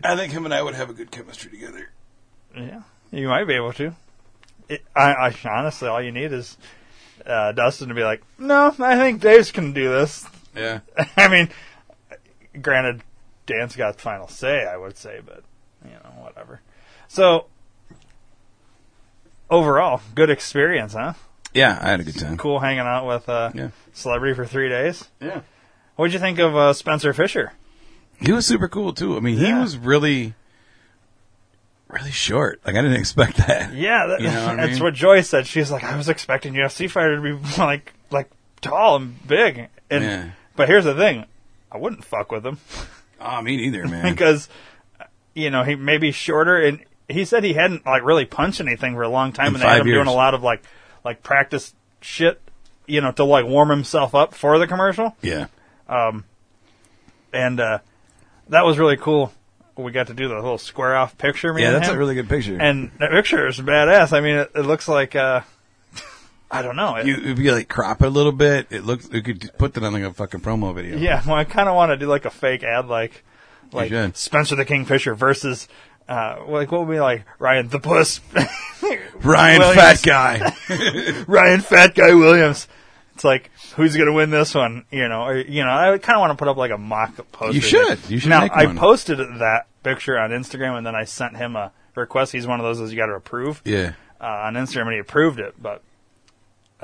[SPEAKER 3] I think him and I would have a good chemistry together.
[SPEAKER 1] yeah, you might be able to. It, I, I honestly, all you need is. Uh, Dustin to be like, no, I think Dave's can do this.
[SPEAKER 3] Yeah.
[SPEAKER 1] I mean, granted, Dan's got the final say, I would say, but you know, whatever. So overall, good experience, huh?
[SPEAKER 3] Yeah, I had a good time.
[SPEAKER 1] Cool hanging out with a
[SPEAKER 3] Yeah.
[SPEAKER 1] celebrity for three days.
[SPEAKER 3] Yeah.
[SPEAKER 1] What'd you think of uh, Spencer Fisher?
[SPEAKER 3] He was super cool too. I mean, he
[SPEAKER 1] Yeah.
[SPEAKER 3] was really, really short. Like I didn't expect that.
[SPEAKER 1] Yeah, that,
[SPEAKER 3] You know what I
[SPEAKER 1] that's
[SPEAKER 3] mean?
[SPEAKER 1] what Joy said. She's like, I was expecting UFC fighter to be like like tall and big. And
[SPEAKER 3] Yeah.
[SPEAKER 1] but here's the thing, I wouldn't fuck with him
[SPEAKER 3] Oh, me neither, man.
[SPEAKER 1] because you know he may be shorter, and he said he hadn't like really punched anything for a long time,
[SPEAKER 3] In
[SPEAKER 1] and they had
[SPEAKER 3] five
[SPEAKER 1] him
[SPEAKER 3] years.
[SPEAKER 1] doing a lot of like like practice shit, you know, to like warm himself up for the commercial,
[SPEAKER 3] yeah.
[SPEAKER 1] and uh, that was really cool. We got to do the little square off picture. me
[SPEAKER 3] Yeah,
[SPEAKER 1] and
[SPEAKER 3] that's
[SPEAKER 1] him.
[SPEAKER 3] a really good picture.
[SPEAKER 1] And that picture is badass. I mean, it, it looks like uh, I don't know. It,
[SPEAKER 3] you if you like crop it a little bit, it looks you could put that on like a fucking promo video.
[SPEAKER 1] yeah, well, I kind of want to do like a fake ad, like like
[SPEAKER 3] should.
[SPEAKER 1] Spencer the Kingfisher versus uh, like what would be like Ryan the Puss,
[SPEAKER 3] Ryan
[SPEAKER 1] Williams.
[SPEAKER 3] Fat Guy.
[SPEAKER 1] Ryan Fat Guy Williams. It's like who's gonna win this one? You know, or, you know. I kind of want to put up like a mock poster.
[SPEAKER 3] You should. You should
[SPEAKER 1] Now
[SPEAKER 3] make
[SPEAKER 1] I
[SPEAKER 3] one.
[SPEAKER 1] posted that picture on Instagram, and then I sent him a request. He's one of those that you got to approve.
[SPEAKER 3] yeah.
[SPEAKER 1] uh, on Instagram and he approved it, but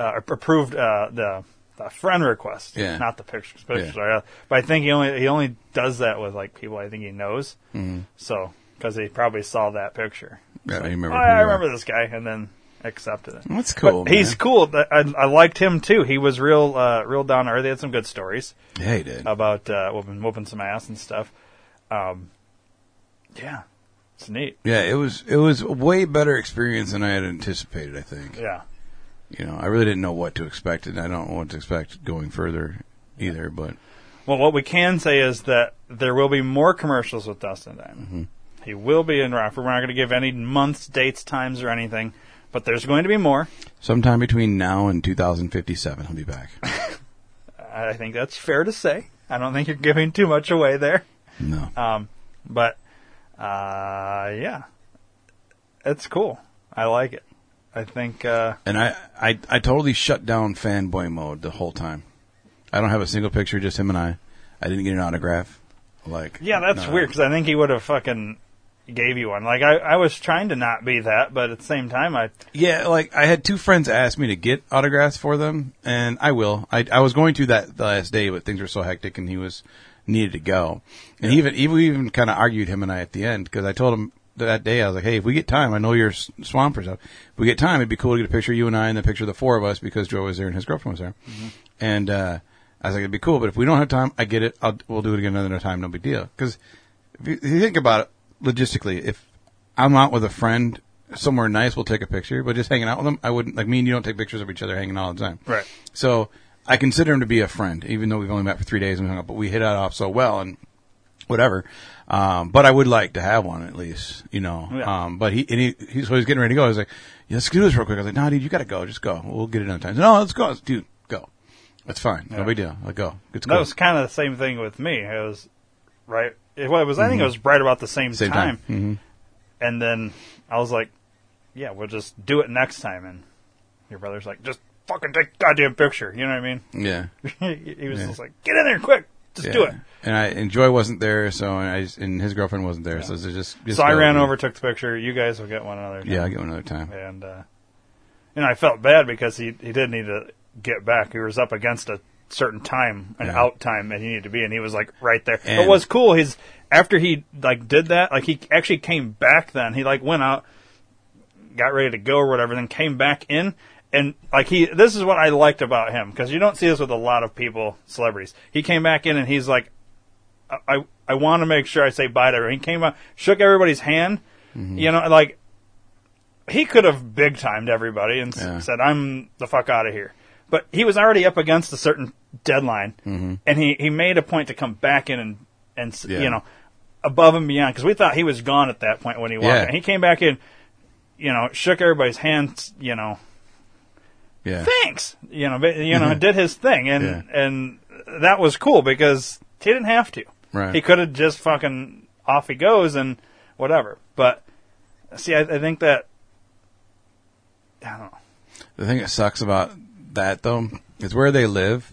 [SPEAKER 1] uh, ap- approved uh, the the friend request,
[SPEAKER 3] Yeah.
[SPEAKER 1] not the pictures.
[SPEAKER 3] Yeah.
[SPEAKER 1] pictures are out. But I think he only he only does that with like people I think he knows.
[SPEAKER 3] Mm-hmm.
[SPEAKER 1] Mm. So because he probably saw that picture,
[SPEAKER 3] Yeah, I remember.
[SPEAKER 1] oh,
[SPEAKER 3] who
[SPEAKER 1] yeah, I
[SPEAKER 3] you are.
[SPEAKER 1] remember this guy, and then accepted it.
[SPEAKER 3] That's cool.
[SPEAKER 1] But he's
[SPEAKER 3] man.
[SPEAKER 1] cool. I, I liked him too. He was real, uh, real down to earth. He had some good stories
[SPEAKER 3] Yeah, he did.
[SPEAKER 1] about uh, whooping, whooping some ass and stuff. Um, yeah, it's neat.
[SPEAKER 3] yeah, it was it was a way better experience than I had anticipated. I think.
[SPEAKER 1] Yeah,
[SPEAKER 3] You know, I really didn't know what to expect, and I don't know what to expect going further either. But
[SPEAKER 1] Well, what we can say is that there will be more commercials with Dustin Diamond. He will be in Rockford. We're not going to give any months, dates, times, or anything, but there's going to be more.
[SPEAKER 3] sometime between now and 2057, he'll be back.
[SPEAKER 1] I I think that's fair to say. I don't think you're giving too much away there.
[SPEAKER 3] No.
[SPEAKER 1] Um, but uh, yeah, it's cool. I like it. I think uh,
[SPEAKER 3] And I, I, I totally shut down fanboy mode the whole time. I don't have a single picture, just him and I. I didn't get an autograph. Like,
[SPEAKER 1] yeah, that's
[SPEAKER 3] no.
[SPEAKER 1] weird because I think he would have fucking gave you one. Like I, I was trying to not be that, but at the same time, I
[SPEAKER 3] Yeah, like I had two friends ask me to get autographs for them, and I will. I, I was going to that the last day, but things were so hectic, and he was needed to go. And even even we even kind of argued him and I at the end because I told him that day I was like, "Hey, if we get time, I know you're s- swamped or something. If we get time, it'd be cool to get a picture of you and I, and a picture of the four of us because Joe was there and his girlfriend was there." And uh, I was like, "It'd be cool, but if we don't have time, I get it. I'll, we'll do it again another time. No big deal." Because if you, if you think about it logistically, if I'm out with a friend somewhere nice, we'll take a picture. But just hanging out with them, I wouldn't like me and you don't take pictures of each other hanging all the time.
[SPEAKER 1] Right.
[SPEAKER 3] So I consider him to be a friend, even though we've only met for three days and we hung up. But we hit it off so well and whatever. Um, but I would like to have one at least, you know.
[SPEAKER 1] Yeah.
[SPEAKER 3] Um, but he, and he, he, so he's getting ready to go. I was like, yeah, let's do this real quick. I was like, no, dude, you gotta go. Just go. We'll get it another time. He's like, no, let's go. I was like, dude, go. That's fine. No
[SPEAKER 1] Yeah.
[SPEAKER 3] big deal. I'll go. It's
[SPEAKER 1] That
[SPEAKER 3] cool.
[SPEAKER 1] was kind of the same thing with me. It was right. It was. I think it was right about the same,
[SPEAKER 3] Mm-hmm. Same
[SPEAKER 1] time.
[SPEAKER 3] time. Mhm.
[SPEAKER 1] And then I was like, "Yeah, we'll just do it next time." And your brother's like, "Just fucking take the goddamn picture." You know what
[SPEAKER 3] Yeah.
[SPEAKER 1] I mean? he was
[SPEAKER 3] Yeah.
[SPEAKER 1] just like, "Get in there quick, just do
[SPEAKER 3] Yeah.
[SPEAKER 1] it."
[SPEAKER 3] And I and Joy wasn't there, so and I just, and his girlfriend wasn't there, so it's just, just
[SPEAKER 1] so I
[SPEAKER 3] go.
[SPEAKER 1] ran over, took the picture. You guys will get one another.
[SPEAKER 3] Yeah, I
[SPEAKER 1] time.
[SPEAKER 3] get one another time.
[SPEAKER 1] And uh, you know, I felt bad because he he did need to get back. He was up against a certain time, an
[SPEAKER 3] Yeah.
[SPEAKER 1] out time that he needed to be, and he was like right there.
[SPEAKER 3] And-
[SPEAKER 1] it was cool. His after he like did that, like he actually came back. Then he like went out, got ready to go or whatever, then came back in. And like he, this is what I liked about him because you don't see this with a lot of people, celebrities. He came back in and he's like, I I, I want to make sure I say bye to everyone. He came out, shook everybody's hand,
[SPEAKER 3] Mm-hmm.
[SPEAKER 1] you know, like he could have big timed everybody and s
[SPEAKER 3] Yeah.
[SPEAKER 1] said, "I'm the fuck out of here." But he was already up against a certain deadline, and he, he made a point to come back in and and s
[SPEAKER 3] Mm-hmm. Yeah.
[SPEAKER 1] you know above and beyond because we thought he was gone at that point when he walked.
[SPEAKER 3] Yeah.
[SPEAKER 1] in. He came back in, you know, shook everybody's hands, you know,
[SPEAKER 3] Yeah.
[SPEAKER 1] thanks, you know, but, you know, did his thing, and
[SPEAKER 3] Mm-hmm. Yeah.
[SPEAKER 1] and that was cool because he didn't have to.
[SPEAKER 3] Right.
[SPEAKER 1] He could have just fucking off he goes and whatever. But see, I, I think that I don't know.
[SPEAKER 3] The thing that sucks about that though is where they live.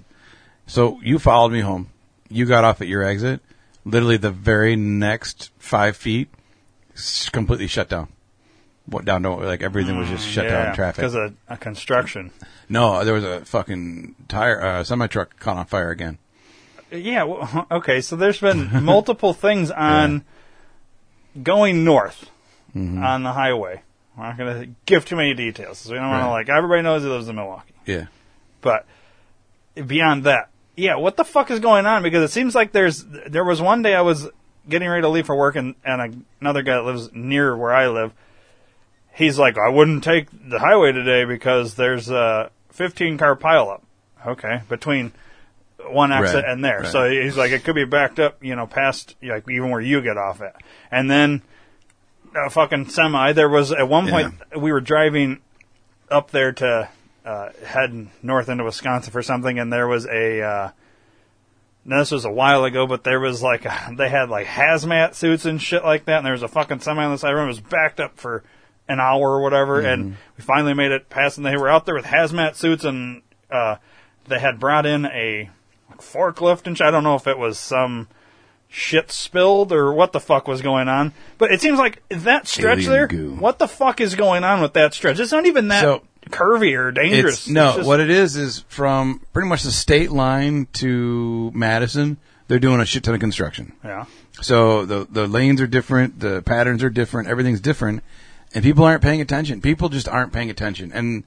[SPEAKER 3] So you followed me home. You got off at your exit. Literally the very next five feet, s- completely shut down. what down to like everything was just shut
[SPEAKER 1] Mm,
[SPEAKER 3] down traffic.
[SPEAKER 1] because of a construction.
[SPEAKER 3] no, there was a fucking tire uh, semi truck caught on fire again.
[SPEAKER 1] Yeah. Well, okay. So there's been multiple things on going north
[SPEAKER 3] Mm-hmm.
[SPEAKER 1] on the highway. We're not going to give too many details. So we don't want
[SPEAKER 3] Right.
[SPEAKER 1] to like everybody knows he lives in Milwaukee.
[SPEAKER 3] Yeah,
[SPEAKER 1] But beyond that, yeah, what the fuck is going on? Because it seems like there's there was one day I was getting ready to leave for work, and and another guy that lives near where I live, he's like, I wouldn't take the highway today because there's a 15 car pileup. Okay, between one exit
[SPEAKER 3] Right,
[SPEAKER 1] and there,
[SPEAKER 3] right.
[SPEAKER 1] so he's like, it could be backed up, you know, past like even where you get off at, and then a fucking semi. There was at one point we were driving up there to uh, head north into Wisconsin for something, and there was a. Uh, now this was a while ago, but there was like a, they had like hazmat suits and shit like that, and there was a fucking semi on the side. I remember it was backed up for an hour or whatever,
[SPEAKER 3] Mm-hmm.
[SPEAKER 1] and we finally made it past, and they were out there with hazmat suits, and uh, they had brought in a forklift and shit. I don't know if it was some shit spilled or what the fuck was going on, but it seems like that stretch
[SPEAKER 3] Alien
[SPEAKER 1] there.
[SPEAKER 3] goo.
[SPEAKER 1] What the fuck is going on with that stretch? It's not even that
[SPEAKER 3] So-
[SPEAKER 1] curvy or dangerous.
[SPEAKER 3] it's no.
[SPEAKER 1] It's just-
[SPEAKER 3] what it is is from pretty much the state line to Madison. They're doing a shit ton of construction.
[SPEAKER 1] yeah.
[SPEAKER 3] So the the lanes are different, the patterns are different, everything's different, and people aren't paying attention. People just aren't paying attention. And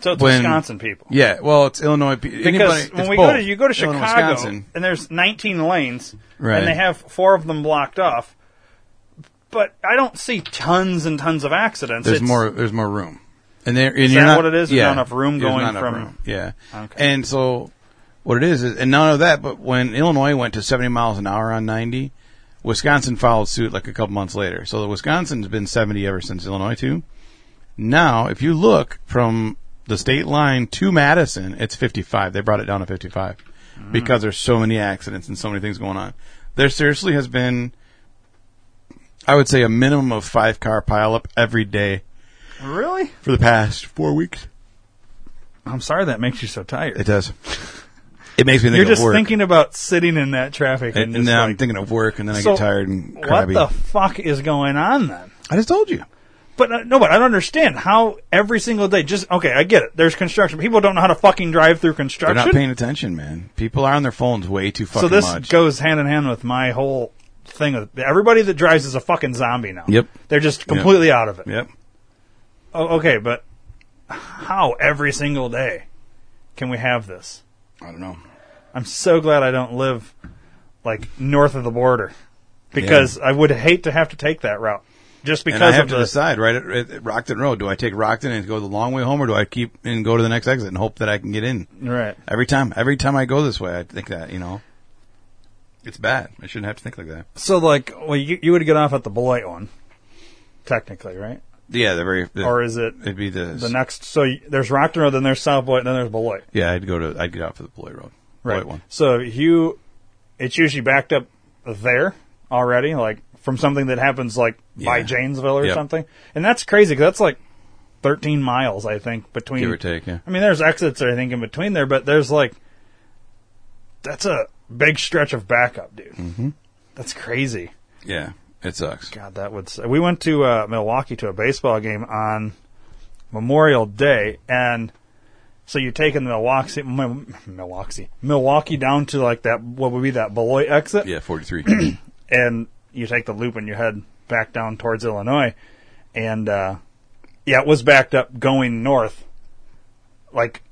[SPEAKER 1] So it's
[SPEAKER 3] When-
[SPEAKER 1] Wisconsin people.
[SPEAKER 3] yeah, well, it's Illinois. pe-
[SPEAKER 1] because
[SPEAKER 3] anybody,
[SPEAKER 1] when
[SPEAKER 3] it's
[SPEAKER 1] we
[SPEAKER 3] both.
[SPEAKER 1] go to you go to
[SPEAKER 3] Illinois,
[SPEAKER 1] Chicago
[SPEAKER 3] Wisconsin.
[SPEAKER 1] and there's 19 lanes
[SPEAKER 3] Right.
[SPEAKER 1] and they have four of them blocked off. But I don't see tons and tons of accidents.
[SPEAKER 3] there's
[SPEAKER 1] It's-
[SPEAKER 3] more there's more room. And there is
[SPEAKER 1] that what it is? There's not enough room going from-
[SPEAKER 3] yeah.
[SPEAKER 1] Okay.
[SPEAKER 3] And so what it is is and none of that. But when Illinois went to 70 miles an hour on 90, Wisconsin followed suit like a couple months later. So Wisconsin's been 70 ever since Illinois too. Now, if you look from the state line to Madison, it's 55. They brought it down to 55
[SPEAKER 1] Mm.
[SPEAKER 3] because there's so many accidents and so many things going on. There seriously has been, I would say, a minimum of five car pileup every day
[SPEAKER 1] Really?
[SPEAKER 3] for the past four weeks.
[SPEAKER 1] I'm sorry that makes you so tired.
[SPEAKER 3] It does. It makes me think
[SPEAKER 1] You're
[SPEAKER 3] of
[SPEAKER 1] just
[SPEAKER 3] work.
[SPEAKER 1] thinking about sitting in that traffic
[SPEAKER 3] and,
[SPEAKER 1] and,
[SPEAKER 3] and
[SPEAKER 1] just
[SPEAKER 3] now I'm
[SPEAKER 1] like,
[SPEAKER 3] thinking of work, and then I
[SPEAKER 1] So,
[SPEAKER 3] get tired and
[SPEAKER 1] what
[SPEAKER 3] crabby.
[SPEAKER 1] the fuck is going on then?
[SPEAKER 3] I just told you.
[SPEAKER 1] But uh, no, but I don't understand how every single day. Just okay, I get it. There's construction. People don't know how to fucking drive through
[SPEAKER 3] They're
[SPEAKER 1] construction.
[SPEAKER 3] not paying attention, man. People are on their phones way too fucking
[SPEAKER 1] so this
[SPEAKER 3] much.
[SPEAKER 1] goes hand in hand with my whole thing. Of, everybody that drives is a fucking zombie now.
[SPEAKER 3] Yep.
[SPEAKER 1] They're just completely out of it.
[SPEAKER 3] yep.
[SPEAKER 1] O- okay, but how every single day can we have this?
[SPEAKER 3] I don't know.
[SPEAKER 1] I'm so glad I don't live like north of the border because I would hate to have to take that route just
[SPEAKER 3] And I
[SPEAKER 1] because
[SPEAKER 3] have
[SPEAKER 1] of
[SPEAKER 3] to
[SPEAKER 1] the.
[SPEAKER 3] decide right at, at- at Rockton Road. Do I take Rockton and go the long way home, or do I keep and go to the next exit and hope that I can get in?
[SPEAKER 1] Right.
[SPEAKER 3] Every time, every time I go this way, I think that you know, it's bad. I shouldn't have to think like that.
[SPEAKER 1] So like, well, you you would get off at the Beloit one, technically, right?
[SPEAKER 3] Yeah, the very the,
[SPEAKER 1] Or is it
[SPEAKER 3] it'd be the,
[SPEAKER 1] the next? So y there's Rockton Road, then there's South Beloit, then there's Beloit.
[SPEAKER 3] yeah. I'd go to I'd get out for the Beloit Road. Beloit one.
[SPEAKER 1] So if you, it's usually backed up there already, like from something that happens like by
[SPEAKER 3] Yeah.
[SPEAKER 1] Janesville or
[SPEAKER 3] Yep.
[SPEAKER 1] something, and that's crazy because that's like thirteen miles, I think, between.
[SPEAKER 3] Give or take, yeah.
[SPEAKER 1] I mean, there's exits I think in between there, but there's like, that's a big stretch of backup, dude. Mm-hmm. That's crazy.
[SPEAKER 3] Yeah, it sucks.
[SPEAKER 1] God, that would. s- We went to uh, Milwaukee to a baseball game on Memorial Day, and so you're taking the Milwaukee, Mi- Milwaukee, Milwaukee down to like that what would be that Beloit exit,
[SPEAKER 3] Yeah, 43.
[SPEAKER 1] and you take the loop and you head back down towards Illinois, and uh, yeah, it was backed up going north, like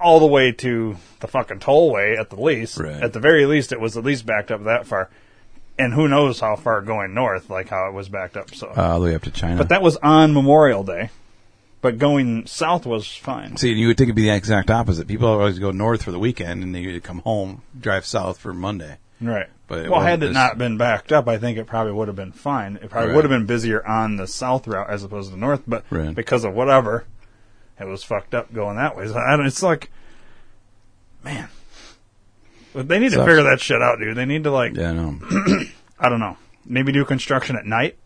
[SPEAKER 1] all the way to the fucking tollway at the least.
[SPEAKER 3] Right.
[SPEAKER 1] At the very least, it was at least backed up that far. And who knows how far going north, like how it was backed up. So,
[SPEAKER 3] all the way up to China.
[SPEAKER 1] but that was on Memorial Day. But going south was fine.
[SPEAKER 3] See, and you would think it'd be the exact opposite. People always go north for the weekend, and they come home, drive south for Monday.
[SPEAKER 1] Right.
[SPEAKER 3] But it
[SPEAKER 1] well, had
[SPEAKER 3] wasn't
[SPEAKER 1] it
[SPEAKER 3] this-
[SPEAKER 1] not been backed up, I think it probably would have been fine. It probably
[SPEAKER 3] Right.
[SPEAKER 1] would have been busier on the south route as opposed to the north, but
[SPEAKER 3] Right.
[SPEAKER 1] because of whatever, it was fucked up going that way. So I don't, it's like, man, But they need to
[SPEAKER 3] Sucks.
[SPEAKER 1] figure that shit out, dude. They need to like,
[SPEAKER 3] Yeah, I know.
[SPEAKER 1] I don't know, maybe do construction at night.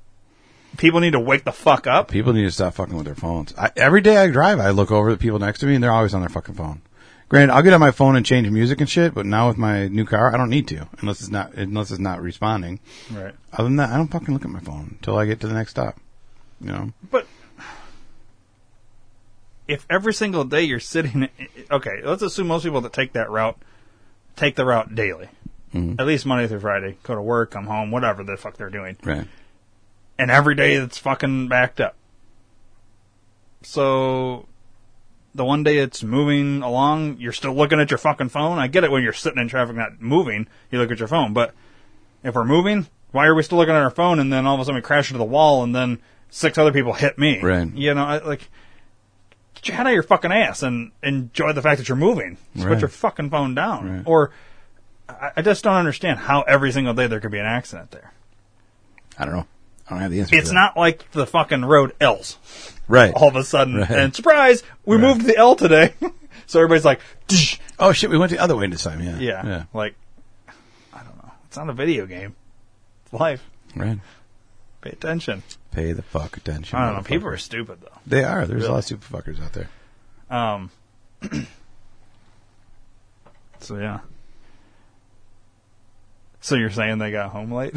[SPEAKER 1] People need to wake the fuck up.
[SPEAKER 3] people need to stop fucking with their phones. I, every day I drive, I look over at the people next to me, and they're always on their fucking phone. Granted, I'll get on my phone and change music and shit, but now with my new car, I don't need to unless it's not unless it's not responding.
[SPEAKER 1] Right.
[SPEAKER 3] Other than that, I don't fucking look at my phone until I get to the next stop. You know,
[SPEAKER 1] But if every single day you're sitting, okay, let's assume most people that take that route take the route daily, at least Monday through Friday, go to work, come home, whatever the fuck they're doing,
[SPEAKER 3] Right.
[SPEAKER 1] and every day it's fucking backed up. So, the one day it's moving along, you're still looking at your fucking phone. I get it when you're sitting in traffic not moving, you look at your phone, but if we're moving, why are we still looking at our phone and then all of a sudden we crash into the wall and then six other people hit me?
[SPEAKER 3] Right.
[SPEAKER 1] You know, I, like, get your head out of your fucking ass and enjoy the fact that you're moving. Just
[SPEAKER 3] Right.
[SPEAKER 1] put your fucking phone down.
[SPEAKER 3] Right.
[SPEAKER 1] Or, I, I just don't understand how every single day there could be an accident there.
[SPEAKER 3] I don't know. I don't have the answer. to
[SPEAKER 1] It's
[SPEAKER 3] that.
[SPEAKER 1] not like the fucking road L's
[SPEAKER 3] right.
[SPEAKER 1] all of a sudden.
[SPEAKER 3] Right.
[SPEAKER 1] And surprise, we moved the L today. so everybody's like, "Dsh."
[SPEAKER 3] oh shit, we went the other way this time. Yeah.
[SPEAKER 1] yeah.
[SPEAKER 3] Yeah.
[SPEAKER 1] Like, I don't know. It's not a video game. It's life.
[SPEAKER 3] Right.
[SPEAKER 1] Pay attention.
[SPEAKER 3] Pay the fuck attention.
[SPEAKER 1] I don't know.
[SPEAKER 3] motherfucker.
[SPEAKER 1] People are stupid, though.
[SPEAKER 3] They are. There's a lot of superfuckers out there.
[SPEAKER 1] Um, so, yeah. So you're saying they got home late?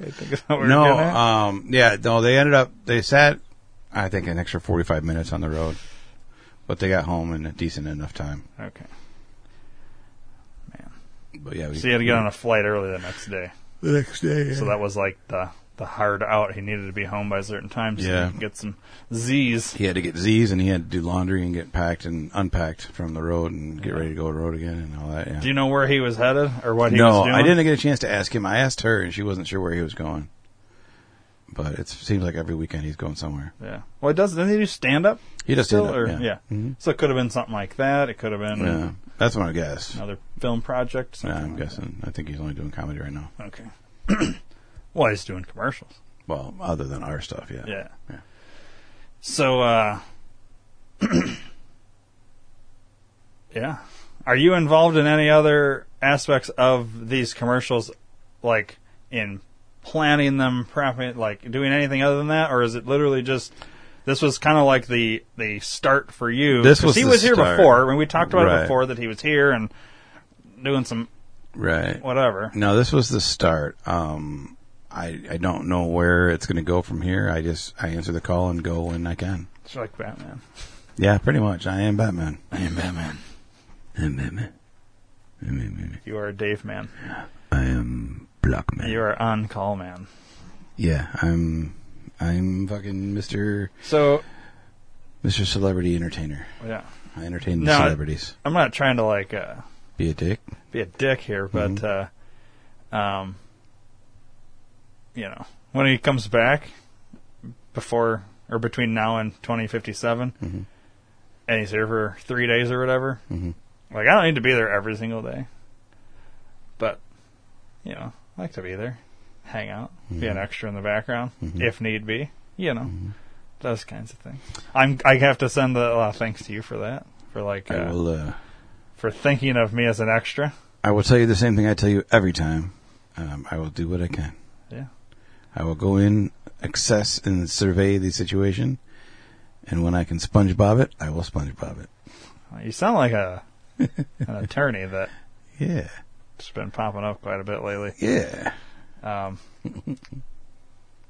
[SPEAKER 1] I think is what we're
[SPEAKER 3] no,
[SPEAKER 1] getting at?
[SPEAKER 3] um, yeah, no. They ended up. They sat, I think, an extra 45 minutes on the road, but they got home in a decent enough time.
[SPEAKER 1] okay. Man.
[SPEAKER 3] But yeah, we,
[SPEAKER 1] So you had to get on a flight early the next day.
[SPEAKER 3] the next day.
[SPEAKER 1] So that was like the the hard out. He needed to be home by a certain time so
[SPEAKER 3] Yeah.
[SPEAKER 1] he could get some Z's.
[SPEAKER 3] he had to get Z's and he had to do laundry and get packed and unpacked from the road and get ready to go to road again and all that. Yeah.
[SPEAKER 1] Do you know where he was headed or what he
[SPEAKER 3] no,
[SPEAKER 1] was doing?
[SPEAKER 3] I didn't get a chance to ask him. I asked her and she wasn't sure where he was going. But it seems like every weekend he's going somewhere.
[SPEAKER 1] Yeah. Well, it does. Didn't he do stand up?
[SPEAKER 3] He does
[SPEAKER 1] still?
[SPEAKER 3] stand-up,
[SPEAKER 1] or, Hmm.
[SPEAKER 3] yeah. Mhm.
[SPEAKER 1] So it could have been something like that. It could have been
[SPEAKER 3] Yeah, that's what I guess.
[SPEAKER 1] another film project.
[SPEAKER 3] Yeah,
[SPEAKER 1] Something
[SPEAKER 3] I'm
[SPEAKER 1] like
[SPEAKER 3] guessing. I think he's only doing comedy right now.
[SPEAKER 1] That. Okay. well, he's doing commercials.
[SPEAKER 3] Well, other than our stuff, yeah.
[SPEAKER 1] Yeah.
[SPEAKER 3] Yeah.
[SPEAKER 1] So, uh, yeah. Are you involved in any other aspects of these commercials, like in planning them, prepping, like doing anything other than that, or is it literally just this was kind of like the the start for you?
[SPEAKER 3] This
[SPEAKER 1] 'Cause
[SPEAKER 3] was
[SPEAKER 1] he
[SPEAKER 3] the
[SPEAKER 1] was here
[SPEAKER 3] start.
[SPEAKER 1] before when we talked about it
[SPEAKER 3] Right.
[SPEAKER 1] before that he was here and doing some
[SPEAKER 3] Right.
[SPEAKER 1] whatever.
[SPEAKER 3] No, this was the start. Um, I I don't know where it's going to go from here. I just I answer the call and go when I can.
[SPEAKER 1] It's like Batman.
[SPEAKER 3] Yeah, pretty much. I am Batman. I am Batman. I'm Batman. I'm Batman.
[SPEAKER 1] You are a Dave man.
[SPEAKER 3] I am Block Man.
[SPEAKER 1] You are on call man.
[SPEAKER 3] yeah, I'm I'm fucking Mister
[SPEAKER 1] So
[SPEAKER 3] Mister Celebrity Entertainer.
[SPEAKER 1] yeah.
[SPEAKER 3] I entertain the
[SPEAKER 1] No,
[SPEAKER 3] celebrities.
[SPEAKER 1] I'm not trying to like uh,
[SPEAKER 3] Be a dick.
[SPEAKER 1] be a dick here, but
[SPEAKER 3] Mm-hmm.
[SPEAKER 1] uh, um, you know, when he comes back before or between now and 2057,
[SPEAKER 3] Mm-hmm.
[SPEAKER 1] and he's here for three days or whatever,
[SPEAKER 3] Mhm.
[SPEAKER 1] like I don't need to be there every single day, but you know, I like to be there, hang out, be
[SPEAKER 3] Mm-hmm.
[SPEAKER 1] an extra in the background if need be, you know. Those kinds of things. I'm. I have to send the uh, thanks to you for that. For like,
[SPEAKER 3] I
[SPEAKER 1] uh,
[SPEAKER 3] will. Uh,
[SPEAKER 1] for thinking of me as an extra.
[SPEAKER 3] I will tell you the same thing I tell you every time. Um, I will do what I can.
[SPEAKER 1] Yeah.
[SPEAKER 3] I will go in, access, and survey the situation. And when I can SpongeBob it, I will SpongeBob it.
[SPEAKER 1] You sound like a an attorney that's
[SPEAKER 3] Yeah.
[SPEAKER 1] been popping up quite a bit lately.
[SPEAKER 3] Yeah.
[SPEAKER 1] Um,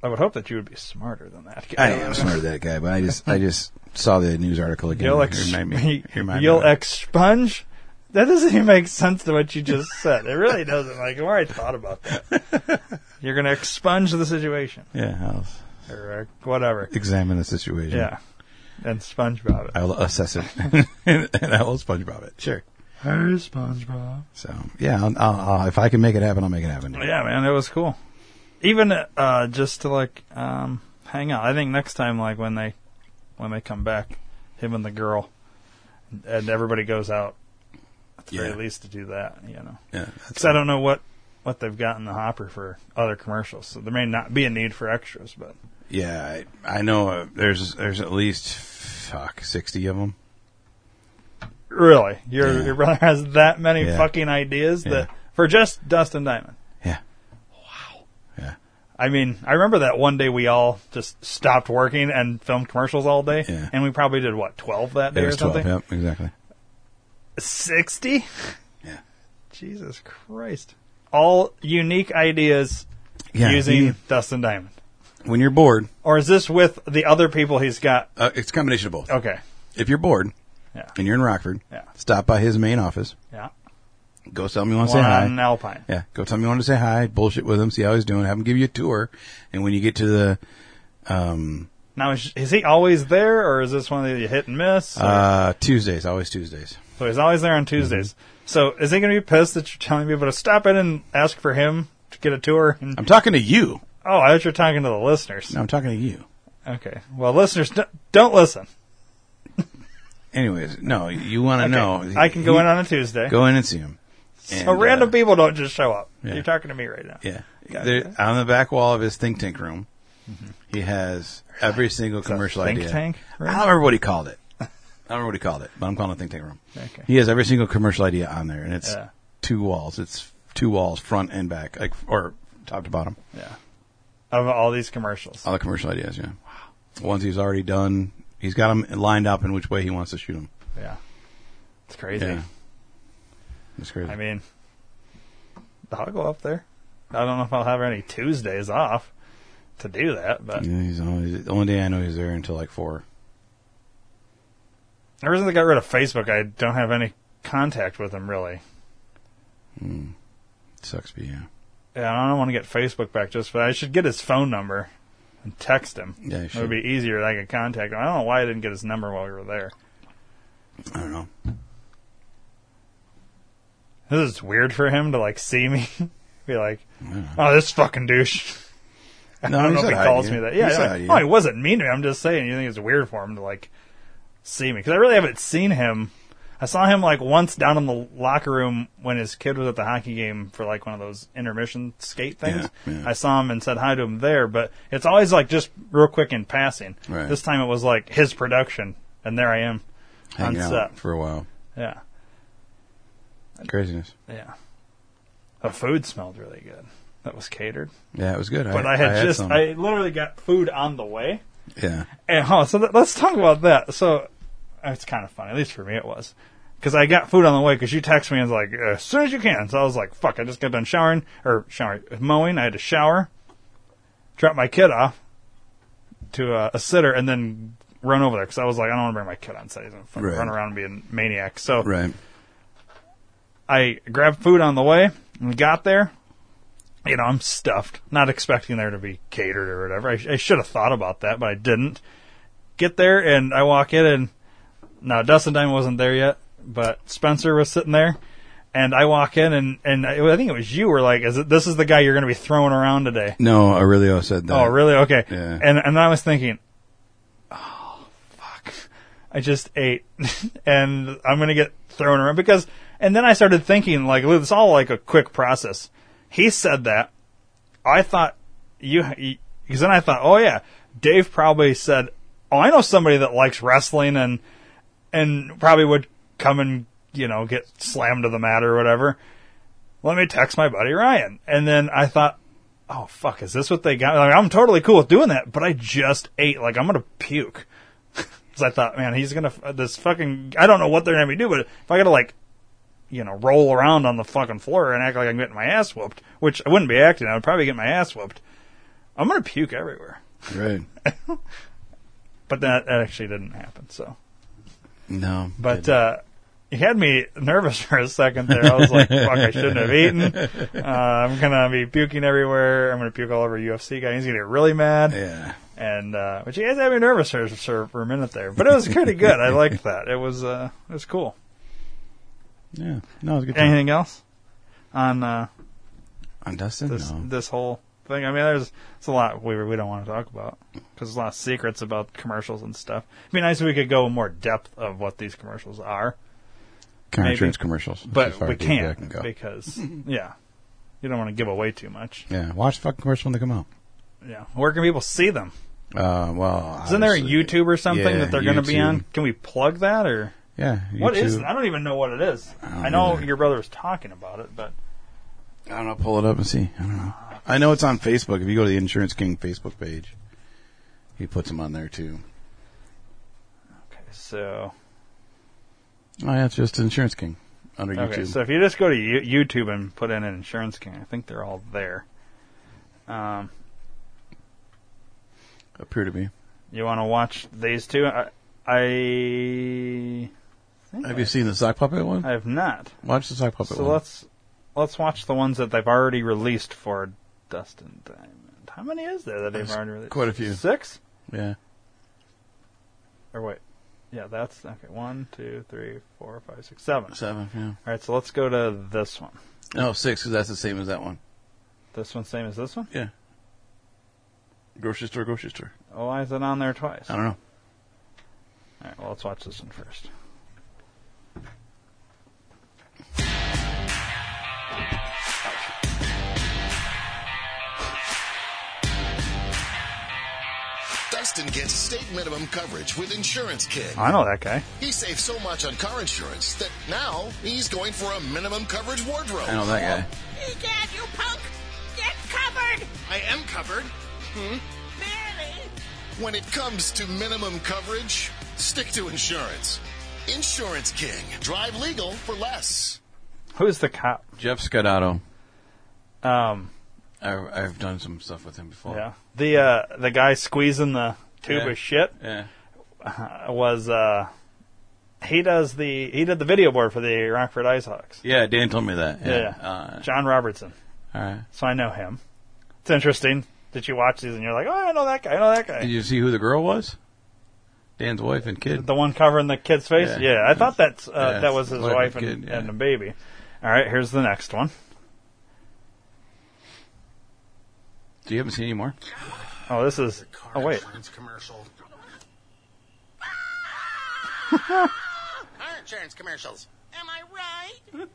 [SPEAKER 1] I would hope that you would be smarter than that.
[SPEAKER 3] I am smart that guy, but I just I just saw the news article again.
[SPEAKER 1] You'll,
[SPEAKER 3] It
[SPEAKER 1] ex-
[SPEAKER 3] reminded me- it reminded me
[SPEAKER 1] you'll
[SPEAKER 3] of it.
[SPEAKER 1] expunge. That doesn't even make sense to what you just said. It really doesn't. Like, where I thought about that. You're going to expunge the situation
[SPEAKER 3] yeah, I'll s-
[SPEAKER 1] or uh, whatever.
[SPEAKER 3] examine the situation.
[SPEAKER 1] Yeah. And SpongeBob it.
[SPEAKER 3] I will assess it, and, I will SpongeBob it. Sure.
[SPEAKER 1] Hey, SpongeBob.
[SPEAKER 3] So yeah, I'll, I'll, I'll, if I can make it happen, I'll make it happen.
[SPEAKER 1] Yeah, man, it was cool. Even uh, just to like um, hang out. I think next time, like when they when they come back, him and the girl, and everybody goes out at the
[SPEAKER 3] Yeah.
[SPEAKER 1] very least to do that. You know,
[SPEAKER 3] Yeah,
[SPEAKER 1] because I don't know what what they've got in the hopper for other commercials. So there may not be a need for extras, but
[SPEAKER 3] Yeah, I, I know. Uh, there's there's at least fuck sixty of them.
[SPEAKER 1] really, your
[SPEAKER 3] Yeah.
[SPEAKER 1] your brother has that many
[SPEAKER 3] Yeah.
[SPEAKER 1] fucking ideas that
[SPEAKER 3] Yeah.
[SPEAKER 1] for just Dust and Diamond.
[SPEAKER 3] Yeah. Wow. Yeah.
[SPEAKER 1] I mean, I remember that one day we all just stopped working and filmed commercials all day,
[SPEAKER 3] Yeah.
[SPEAKER 1] and we probably did what twelve that day
[SPEAKER 3] There's
[SPEAKER 1] or something.
[SPEAKER 3] Yep, exactly.
[SPEAKER 1] Sixty?
[SPEAKER 3] Yeah.
[SPEAKER 1] Jesus Christ! All unique ideas
[SPEAKER 3] Yeah.
[SPEAKER 1] using
[SPEAKER 3] you-
[SPEAKER 1] Dustin Diamond,
[SPEAKER 3] when you're bored,
[SPEAKER 1] or is this with the other people he's got?
[SPEAKER 3] uh, it's a combination of both.
[SPEAKER 1] Okay,
[SPEAKER 3] if you're bored
[SPEAKER 1] Oh. Yeah.
[SPEAKER 3] and you're in Rockford,
[SPEAKER 1] Yeah.
[SPEAKER 3] stop by his main office.
[SPEAKER 1] Yeah.
[SPEAKER 3] Go tell him you want to say
[SPEAKER 1] One
[SPEAKER 3] hi.
[SPEAKER 1] on Alpine.
[SPEAKER 3] Yeah, go tell him you want to say hi. Bullshit with him. See how he's doing. Have him give you a tour. And when you get to the, um,
[SPEAKER 1] Now, is, is he always there, or is this one that you hit and miss? or-
[SPEAKER 3] uh, mm-hmm. Tuesdays, always Tuesdays.
[SPEAKER 1] so he's always there on Tuesdays. So is he going to be pissed that you're telling people to stop in and ask for him to get a tour? And,
[SPEAKER 3] I'm talking to you.
[SPEAKER 1] oh, I thought you were talking to the listeners.
[SPEAKER 3] No, I'm talking to you.
[SPEAKER 1] Okay. Well, listeners, don't, don't listen.
[SPEAKER 3] Anyways, no, you want to
[SPEAKER 1] Okay.
[SPEAKER 3] know.
[SPEAKER 1] I can go
[SPEAKER 3] He-
[SPEAKER 1] in on a Tuesday.
[SPEAKER 3] Go in and see him.
[SPEAKER 1] so
[SPEAKER 3] And,
[SPEAKER 1] random
[SPEAKER 3] uh,
[SPEAKER 1] people don't just show up.
[SPEAKER 3] Yeah.
[SPEAKER 1] You're talking to me right now.
[SPEAKER 3] Yeah.
[SPEAKER 1] Got
[SPEAKER 3] There,
[SPEAKER 1] it. Mm-hmm.
[SPEAKER 3] on the back wall of his think tank room, he has every single
[SPEAKER 1] a
[SPEAKER 3] commercial
[SPEAKER 1] think
[SPEAKER 3] idea.
[SPEAKER 1] tank room?
[SPEAKER 3] I don't remember what he called it. I don't remember what he called it, but I'm calling it think tank room.
[SPEAKER 1] Okay.
[SPEAKER 3] He has every single commercial idea on there, and it's
[SPEAKER 1] Yeah.
[SPEAKER 3] two walls. It's two walls, front and back, like or top to bottom.
[SPEAKER 1] Yeah. Of all these commercials.
[SPEAKER 3] All the commercial ideas, yeah. The ones he's already done, he's got them lined up in which way he wants to shoot them.
[SPEAKER 1] Yeah. It's crazy.
[SPEAKER 3] Yeah. That's crazy.
[SPEAKER 1] I mean, I'll go up there. I don't know if I'll have any Tuesdays off to do that, but
[SPEAKER 3] Yeah, he's only, the only day I know he's there until like four.
[SPEAKER 1] ever since I got rid of Facebook, I don't have any contact with him really.
[SPEAKER 3] Sucks, but yeah.
[SPEAKER 1] Yeah, I don't want to get Facebook back just for that. I should get his phone number and text him.
[SPEAKER 3] Yeah,
[SPEAKER 1] It
[SPEAKER 3] you
[SPEAKER 1] would
[SPEAKER 3] should.
[SPEAKER 1] be easier that I could contact him. I don't know why I didn't get his number while we were there.
[SPEAKER 3] I don't know.
[SPEAKER 1] This is weird for him to like see me, be like, "Oh, this fucking douche." I
[SPEAKER 3] No,
[SPEAKER 1] don't
[SPEAKER 3] he
[SPEAKER 1] know if
[SPEAKER 3] said
[SPEAKER 1] he
[SPEAKER 3] hi to
[SPEAKER 1] calls
[SPEAKER 3] you.
[SPEAKER 1] me that.
[SPEAKER 3] He
[SPEAKER 1] Yeah,
[SPEAKER 3] said
[SPEAKER 1] like,
[SPEAKER 3] hi to you.
[SPEAKER 1] oh, he wasn't mean to me. I'm just saying, you think it's weird for him to like see me because I really haven't seen him. I saw him like once down in the locker room when his kid was at the hockey game for like one of those intermission skate things.
[SPEAKER 3] Yeah, yeah.
[SPEAKER 1] I saw him and said hi to him there, but it's always like just real quick in passing.
[SPEAKER 3] Right.
[SPEAKER 1] This time it was like his production, and there I am
[SPEAKER 3] Hang
[SPEAKER 1] on
[SPEAKER 3] out
[SPEAKER 1] set.
[SPEAKER 3] for a while.
[SPEAKER 1] Yeah,
[SPEAKER 3] Craziness.
[SPEAKER 1] yeah. The food smelled really good. That was catered.
[SPEAKER 3] Yeah, it was good.
[SPEAKER 1] but I had, just
[SPEAKER 3] some.
[SPEAKER 1] I literally got food on the way.
[SPEAKER 3] yeah,
[SPEAKER 1] And huh, so th- let's talk about that. So it's kind of funny, at least for me it was, because I got food on the way because you text me and was like "Uh, as soon as you can. So I was like, fuck, I just got done showering or showering mowing. I had to shower, drop my kid off to a, a sitter, and then run over there because I was like, I don't want to bring my kid on set. He's gonna fucking
[SPEAKER 3] Right.
[SPEAKER 1] run around and be a maniac. So
[SPEAKER 3] right.
[SPEAKER 1] I grabbed food on the way and got there. You know, I'm stuffed, not expecting there to be catered or whatever. I, sh- I should have thought about that, but I didn't. Get there and I walk in, and now Dustin Dime wasn't there yet, but Spencer was sitting there. And I walk in, and and I, I think it was you were like, "Is it, this is the guy you're going to be throwing around today?"
[SPEAKER 3] No, Aurelio said that.
[SPEAKER 1] Oh, really? Okay.
[SPEAKER 3] Yeah.
[SPEAKER 1] And and I was thinking, oh fuck, I just ate, and I'm gonna get thrown around because. And then I started thinking, like, it's all like a quick process. He said that. I thought you, because then I thought, oh yeah, Dave probably said, oh, I know somebody that likes wrestling and and probably would come and you know get slammed to the mat or whatever. Let me text my buddy Ryan. And then I thought, oh fuck, is this what they got? Like, I'm totally cool with doing that, but I just ate. Like I'm gonna puke. 'Cause I thought, man, he's gonna f- this fucking. I don't know what they're gonna be do, but if I gotta like, you know, roll around on the fucking floor and act like I'm getting my ass whooped, which I wouldn't be acting, I would probably get my ass whooped. I'm gonna puke everywhere.
[SPEAKER 3] Right.
[SPEAKER 1] But that, that actually didn't happen. So,
[SPEAKER 3] No,
[SPEAKER 1] but uh, you had me nervous for a second there. I was like, fuck, I shouldn't have eaten. Uh, I'm gonna be puking everywhere. I'm gonna puke all over UFC guy. He's gonna get really mad.
[SPEAKER 3] yeah,
[SPEAKER 1] and uh, which you guys had me nervous for, for, for a minute there, but it was pretty good. I liked that. It was uh, it was cool.
[SPEAKER 3] yeah. No, it was a good. Time.
[SPEAKER 1] Anything else on uh,
[SPEAKER 3] On Dustin,
[SPEAKER 1] this
[SPEAKER 3] no.
[SPEAKER 1] this whole thing? I mean, there's it's a lot we we don't want to talk about because there's a lot of secrets about commercials and stuff. It'd be nice if we could go more depth of what these commercials are,
[SPEAKER 3] Car
[SPEAKER 1] maybe.
[SPEAKER 3] insurance commercials, That's
[SPEAKER 1] but
[SPEAKER 3] as far
[SPEAKER 1] we
[SPEAKER 3] as deep I
[SPEAKER 1] can't
[SPEAKER 3] can go.
[SPEAKER 1] because yeah, you don't want to give away too much.
[SPEAKER 3] Yeah, watch the fucking commercial when they come out.
[SPEAKER 1] Yeah, where can people see them?
[SPEAKER 3] Uh, well,
[SPEAKER 1] Isn't there a
[SPEAKER 3] obviously-
[SPEAKER 1] YouTube or something
[SPEAKER 3] yeah,
[SPEAKER 1] that they're going to be
[SPEAKER 3] YouTube.
[SPEAKER 1] on? Can we plug that or?
[SPEAKER 3] Yeah,
[SPEAKER 1] What is?
[SPEAKER 3] YouTube.
[SPEAKER 1] I don't even know what it is.
[SPEAKER 3] don't
[SPEAKER 1] I, know
[SPEAKER 3] either.
[SPEAKER 1] your brother was talking about it, but
[SPEAKER 3] I don't know. Pull it up and see. I don't know. I know it's on Facebook. If you go to the Insurance King Facebook page, he puts them on there too.
[SPEAKER 1] okay. So
[SPEAKER 3] Oh yeah, it's just Insurance King under
[SPEAKER 1] okay,
[SPEAKER 3] YouTube.
[SPEAKER 1] so if you just go to you- YouTube and put in an insurance king, I think they're all there. Um,
[SPEAKER 3] Appear to be.
[SPEAKER 1] you want to watch these two? I, I think
[SPEAKER 3] Have you seen the sock puppet one?
[SPEAKER 1] I have not.
[SPEAKER 3] Watch the sock puppet
[SPEAKER 1] So
[SPEAKER 3] one.
[SPEAKER 1] let's let's watch the ones that they've already released for Dustin Diamond. How many is there that they've
[SPEAKER 3] There's
[SPEAKER 1] already released?
[SPEAKER 3] quite a few.
[SPEAKER 1] Six?
[SPEAKER 3] yeah.
[SPEAKER 1] Or wait. Yeah, that's okay. One, two, three, four, five, six, seven.
[SPEAKER 3] Seven, yeah.
[SPEAKER 1] All right, so let's go to this one.
[SPEAKER 3] No, Oh, six, because that's the same as that one.
[SPEAKER 1] This one's same as this one.
[SPEAKER 3] Yeah. Grocery store, grocery store.
[SPEAKER 1] Oh, why is it on there twice?
[SPEAKER 3] I don't know.
[SPEAKER 1] All right, well, let's watch this one first.
[SPEAKER 5] Dustin gets state minimum coverage with Insurance Kid.
[SPEAKER 1] I know that guy.
[SPEAKER 5] He saved so much on car insurance that now he's going for a minimum coverage wardrobe.
[SPEAKER 3] I know that guy.
[SPEAKER 6] Egad, you punk! Get covered!
[SPEAKER 5] I am covered.
[SPEAKER 6] Barely!
[SPEAKER 5] When it comes to minimum coverage, stick to insurance. Insurance King. Drive legal for less.
[SPEAKER 1] Who's the cop?
[SPEAKER 3] Jeff Scudotto.
[SPEAKER 1] Um,
[SPEAKER 3] I, I've done some stuff with him before.
[SPEAKER 1] yeah, the uh, the guy squeezing the tube
[SPEAKER 3] Oh. Yeah.
[SPEAKER 1] of shit
[SPEAKER 3] Yeah.
[SPEAKER 1] uh, was uh, he does the he did the video board for the Rockford IceHawks.
[SPEAKER 3] Yeah, Dan told me that. Yeah.
[SPEAKER 1] Yeah,
[SPEAKER 3] Uh,
[SPEAKER 1] John Robertson.
[SPEAKER 3] all right.
[SPEAKER 1] So I know him. It's interesting that you watch these and you're like, oh, I know that guy. I know that
[SPEAKER 3] Did
[SPEAKER 1] guy.
[SPEAKER 3] you see who the girl was? Dan's wife and kid.
[SPEAKER 1] The one covering the kid's face.
[SPEAKER 3] Yeah.
[SPEAKER 1] Yeah, I thought that's uh,
[SPEAKER 3] Yeah,
[SPEAKER 1] that was his
[SPEAKER 3] wife
[SPEAKER 1] wife
[SPEAKER 3] and
[SPEAKER 1] and,
[SPEAKER 3] kid, yeah.
[SPEAKER 1] and the baby. All right, here's the next one.
[SPEAKER 3] Do you haven't seen any more?
[SPEAKER 1] Oh, this is. Oh wait,
[SPEAKER 5] commercial.
[SPEAKER 6] Car insurance commercials. Am I right?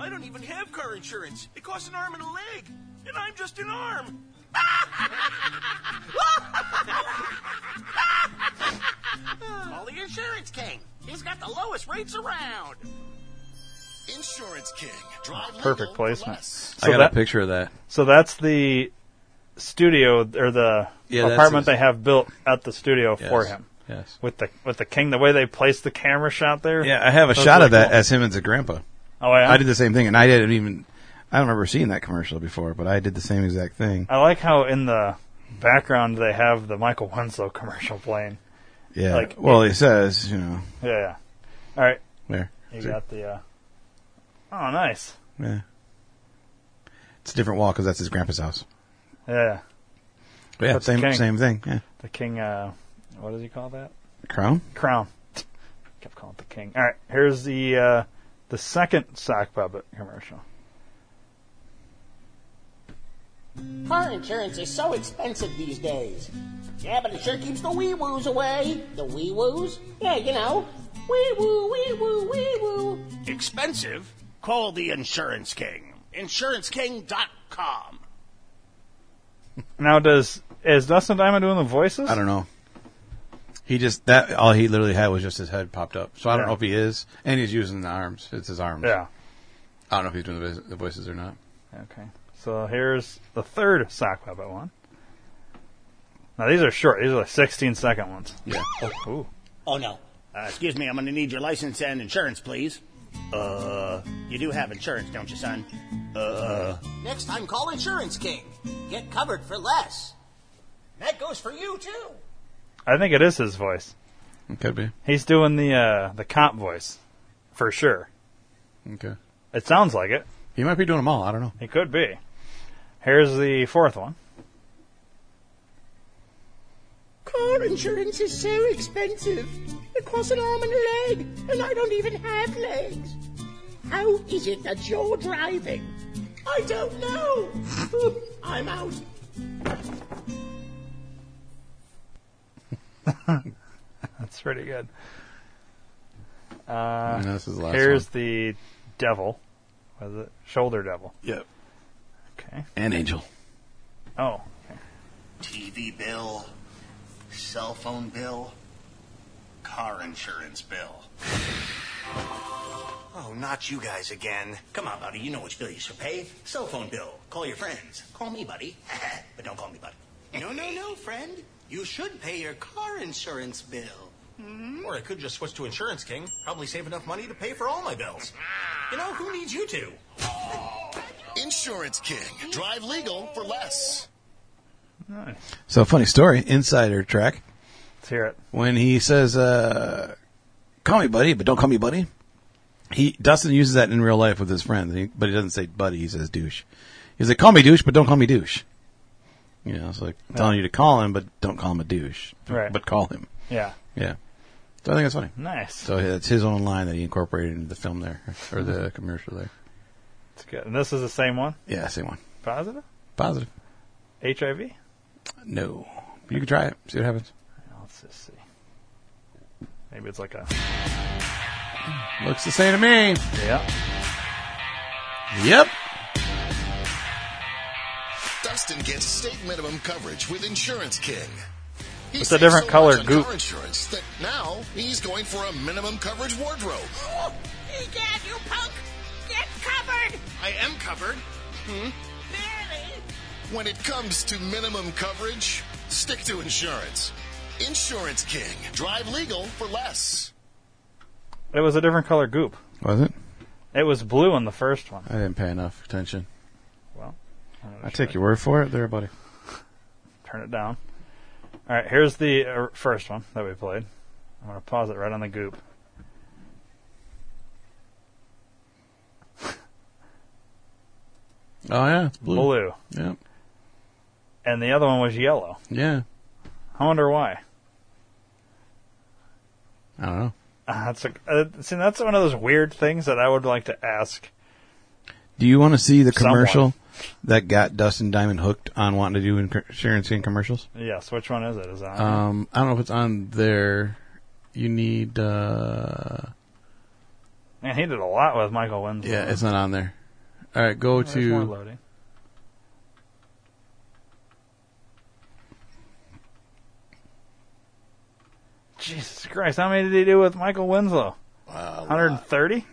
[SPEAKER 4] I don't even have car insurance. It costs an arm and a leg. And I'm just an arm.
[SPEAKER 6] Call the insurance king. He's got the lowest rates around.
[SPEAKER 5] Insurance King. Drive legal
[SPEAKER 1] perfect placement.
[SPEAKER 5] For less.
[SPEAKER 3] I
[SPEAKER 1] So
[SPEAKER 3] got
[SPEAKER 1] that
[SPEAKER 3] a picture of that.
[SPEAKER 1] so that's the studio or the
[SPEAKER 3] Yeah, that's
[SPEAKER 1] apartment
[SPEAKER 3] his-
[SPEAKER 1] they have built at the studio
[SPEAKER 3] Yes.
[SPEAKER 1] for him
[SPEAKER 3] Yes.
[SPEAKER 1] with the with the king. The way they placed the camera shot there.
[SPEAKER 3] Yeah, I have a
[SPEAKER 1] That's
[SPEAKER 3] shot
[SPEAKER 1] really
[SPEAKER 3] of that
[SPEAKER 1] cool.
[SPEAKER 3] as him as a grandpa.
[SPEAKER 1] Oh yeah,
[SPEAKER 3] I did the same thing, and I didn't even. I don't remember seeing that commercial before, but I did the same exact thing.
[SPEAKER 1] I like how in the background they have the Michael Winslow commercial playing.
[SPEAKER 3] Yeah.
[SPEAKER 1] like-
[SPEAKER 3] well, he says, you know,
[SPEAKER 1] Yeah. yeah. All right,
[SPEAKER 3] there.
[SPEAKER 1] you
[SPEAKER 3] See?
[SPEAKER 1] got the. Uh, oh, nice.
[SPEAKER 3] Yeah. It's a different wall because that's his grandpa's house.
[SPEAKER 1] Yeah,
[SPEAKER 3] But yeah,
[SPEAKER 1] That's the
[SPEAKER 3] same
[SPEAKER 1] king.
[SPEAKER 3] same thing. Yeah.
[SPEAKER 1] the king. Uh, what does he call that?
[SPEAKER 3] Crown.
[SPEAKER 1] Crown. Kept calling it the king. All right, here's the uh, the second sock puppet commercial.
[SPEAKER 7] Car insurance is so expensive these days. Yeah, but it sure keeps the wee woos away. The wee woos? Yeah, you know. Wee woo, wee woo, wee woo.
[SPEAKER 4] Expensive? Call the insurance king. InsuranceKing.com.
[SPEAKER 1] Now, does is Dustin Diamond doing the voices?
[SPEAKER 3] I don't know. He just that all he literally had was just his head popped up. So I don't
[SPEAKER 1] Yeah.
[SPEAKER 3] know if he is, and he's using the arms. It's his arms.
[SPEAKER 1] Yeah.
[SPEAKER 3] I don't know if he's doing the, voice- the voices or not.
[SPEAKER 1] Okay. So here's the third sock puppet one. Now these are short. These are like 16 second ones.
[SPEAKER 3] Yeah.
[SPEAKER 1] Oh, ooh.
[SPEAKER 8] Oh, no. Uh, excuse me, I'm going to need your license and insurance, please. Uh, you do have insurance, don't you, son? Uh,
[SPEAKER 7] Next time, call Insurance King. Get covered for less. That goes for you, too.
[SPEAKER 1] I think it is his voice.
[SPEAKER 3] It could be.
[SPEAKER 1] He's doing the uh, the cop voice, for sure.
[SPEAKER 3] Okay.
[SPEAKER 1] It sounds like it.
[SPEAKER 3] He might be doing them all. I don't know.
[SPEAKER 1] It could be. Here's the fourth one.
[SPEAKER 7] Car insurance is so expensive. It costs an arm and a leg, and I don't even have legs. How is it that you're driving? I don't know. I'm out.
[SPEAKER 1] That's pretty good.
[SPEAKER 3] And this is the last
[SPEAKER 1] Uh, Here's the devil. Was it shoulder devil?
[SPEAKER 3] one. Yep.
[SPEAKER 1] Okay.
[SPEAKER 3] And Angel.
[SPEAKER 1] Oh.
[SPEAKER 8] TV bill, cell phone bill, car insurance bill. Oh, not you guys again. Come on, buddy. You know which bill you should pay. Cell phone bill. Call your friends. Call me, buddy. but don't call me, buddy.
[SPEAKER 9] No, no, no, friend. You should pay your car insurance bill.
[SPEAKER 8] Hmm?
[SPEAKER 4] Or I could just switch to Insurance King. Probably save enough money to pay for all my bills. You know, who needs you two?
[SPEAKER 5] Insurance King. Drive legal for less.
[SPEAKER 1] Nice.
[SPEAKER 3] So funny story, insider track.
[SPEAKER 1] Let's hear it.
[SPEAKER 3] When he says, uh, "Call me buddy, but don't call me buddy," he Dustin uses that in real life with his friends, and he, but he doesn't say buddy. He says douche. He's like, "Call me douche, but don't call me douche." You know, it's like telling you to call him, but don't call him a douche.
[SPEAKER 1] Right.
[SPEAKER 3] But call him.
[SPEAKER 1] Yeah.
[SPEAKER 3] Yeah. So I think it's funny.
[SPEAKER 1] Nice.
[SPEAKER 3] So that's his own line that he incorporated into the film there, or the commercial there.
[SPEAKER 1] It's good. And this is the same one.
[SPEAKER 3] Yeah, same one.
[SPEAKER 1] Positive.
[SPEAKER 3] Positive.
[SPEAKER 1] HIV.
[SPEAKER 3] No. You can try it. See what happens.
[SPEAKER 1] Let's just see. Maybe it's like a
[SPEAKER 3] Looks the same to me.
[SPEAKER 1] yeah.
[SPEAKER 3] Yep.
[SPEAKER 5] Dustin gets state minimum coverage with Insurance King. He
[SPEAKER 1] It's a
[SPEAKER 5] saved
[SPEAKER 1] different
[SPEAKER 5] so
[SPEAKER 1] color
[SPEAKER 5] much on
[SPEAKER 1] goop.
[SPEAKER 5] car insurance that now he's going for a minimum coverage wardrobe.
[SPEAKER 6] Oh, Egad, you punk! Get covered!
[SPEAKER 5] I am covered.
[SPEAKER 6] Barely!
[SPEAKER 5] When it comes to minimum coverage, stick to insurance. Insurance King. Drive legal for less.
[SPEAKER 1] It was a different color goop.
[SPEAKER 3] Was it?
[SPEAKER 1] It was blue in the first one.
[SPEAKER 3] I didn't pay enough attention.
[SPEAKER 1] Well,
[SPEAKER 3] I take your word for it, there, buddy.
[SPEAKER 1] turn it down. All right, here's the uh, first one that we played. I'm gonna pause it right on the goop.
[SPEAKER 3] Oh yeah, it's blue.
[SPEAKER 1] Blue.
[SPEAKER 3] Yep.
[SPEAKER 1] And the other one was yellow.
[SPEAKER 3] Yeah.
[SPEAKER 1] I wonder why.
[SPEAKER 3] I don't know.
[SPEAKER 1] Uh, that's a, uh, see, that's one of those weird things that I would like to ask.
[SPEAKER 3] Do you want to see the
[SPEAKER 1] Someone.
[SPEAKER 3] commercial that got Dustin Diamond hooked on wanting to do inc- insurance and commercials?
[SPEAKER 1] Yes, which one is it? Is it on?
[SPEAKER 3] Um, I don't know if it's on there. You need. uh
[SPEAKER 1] Man, he did a lot with Michael Winslow.
[SPEAKER 3] Yeah, it's not on there. All right, go
[SPEAKER 1] There's more
[SPEAKER 3] to.
[SPEAKER 1] loading. Jesus Christ, how many did he do with Michael Winslow?
[SPEAKER 3] Wow.
[SPEAKER 1] 130?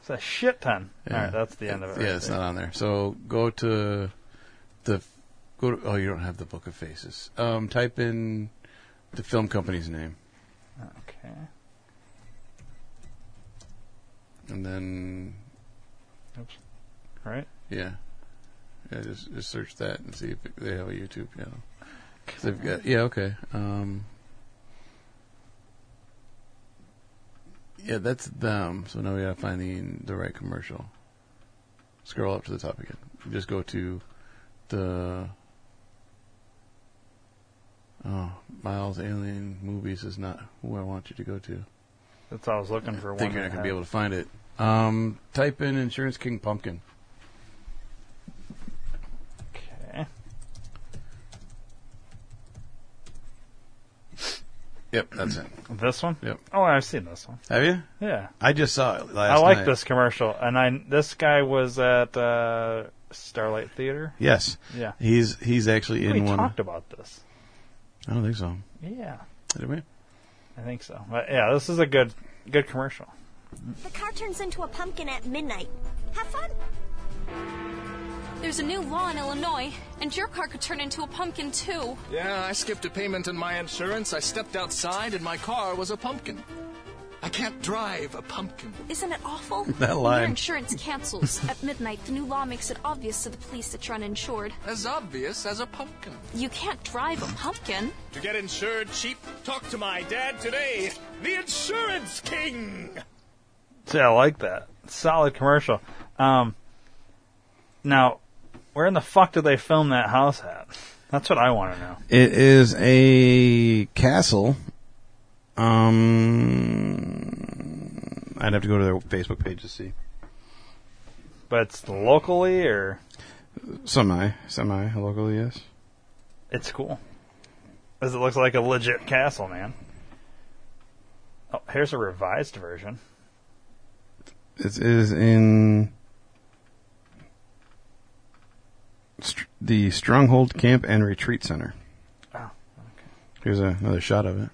[SPEAKER 1] It's a shit ton.
[SPEAKER 3] Yeah.
[SPEAKER 1] All right, that's the end of it.
[SPEAKER 3] Yeah,
[SPEAKER 1] right
[SPEAKER 3] it's
[SPEAKER 1] there.
[SPEAKER 3] not on there. So go to the go to. Oh, you don't have the book of faces. Um, type in the film company's name,
[SPEAKER 1] Okay.
[SPEAKER 3] and then
[SPEAKER 1] Oops. Right?
[SPEAKER 3] yeah, yeah, just just search that and see if they have a YouTube channel. 'Cause they've got yeah, okay. Um, yeah, that's them. So now we gotta find the the right commercial. Scroll up to the top again. Just go to the. Oh, Miles Alien Movies is not who I want you to go to.
[SPEAKER 1] That's all I was looking for.
[SPEAKER 3] I think
[SPEAKER 1] one
[SPEAKER 3] you're not
[SPEAKER 1] that
[SPEAKER 3] gonna be
[SPEAKER 1] had-
[SPEAKER 3] able to find it. Um, type in Insurance King Pumpkin.
[SPEAKER 1] Okay.
[SPEAKER 3] Yep, that's it.
[SPEAKER 1] This one?
[SPEAKER 3] Yep.
[SPEAKER 1] Oh, I've seen this one.
[SPEAKER 3] Have you?
[SPEAKER 1] Yeah.
[SPEAKER 3] I just saw it last
[SPEAKER 1] I like
[SPEAKER 3] night.
[SPEAKER 1] this commercial. And I this guy was at uh, Starlight Theater.
[SPEAKER 3] Yes.
[SPEAKER 1] Yeah.
[SPEAKER 3] He's he's actually
[SPEAKER 1] we
[SPEAKER 3] in one.
[SPEAKER 1] talked about this.
[SPEAKER 3] I don't think so.
[SPEAKER 1] Yeah.
[SPEAKER 3] Did we?
[SPEAKER 1] I think so. But yeah, this is a good good commercial.
[SPEAKER 10] The car turns into a pumpkin at midnight. Have fun. There's a new law in Illinois, and your car could turn into a pumpkin too.
[SPEAKER 9] Yeah, I skipped a payment on my insurance. I stepped outside, and my car was a pumpkin. I can't drive a pumpkin.
[SPEAKER 10] Isn't it awful?
[SPEAKER 3] That
[SPEAKER 10] When Your
[SPEAKER 3] line.
[SPEAKER 10] insurance cancels at midnight. The new law makes it obvious to the police that you're uninsured.
[SPEAKER 9] As obvious as a pumpkin.
[SPEAKER 10] You can't drive a pumpkin.
[SPEAKER 8] To get insured cheap, talk to my dad today, the Insurance King.
[SPEAKER 1] So yeah, I like that. Solid commercial. Um, now, where in the fuck did they film that house at? That's what I want to know.
[SPEAKER 3] It is a castle. Um, I'd have to go to their Facebook page to see.
[SPEAKER 1] But it's locally or
[SPEAKER 3] Semi, semi locally, yes.
[SPEAKER 1] it's cool. Because it looks like a legit castle, man. Oh, here's a revised version.
[SPEAKER 3] It is in str- the Stronghold Camp and Retreat Center.
[SPEAKER 1] Oh,
[SPEAKER 3] Here's a, another shot of it.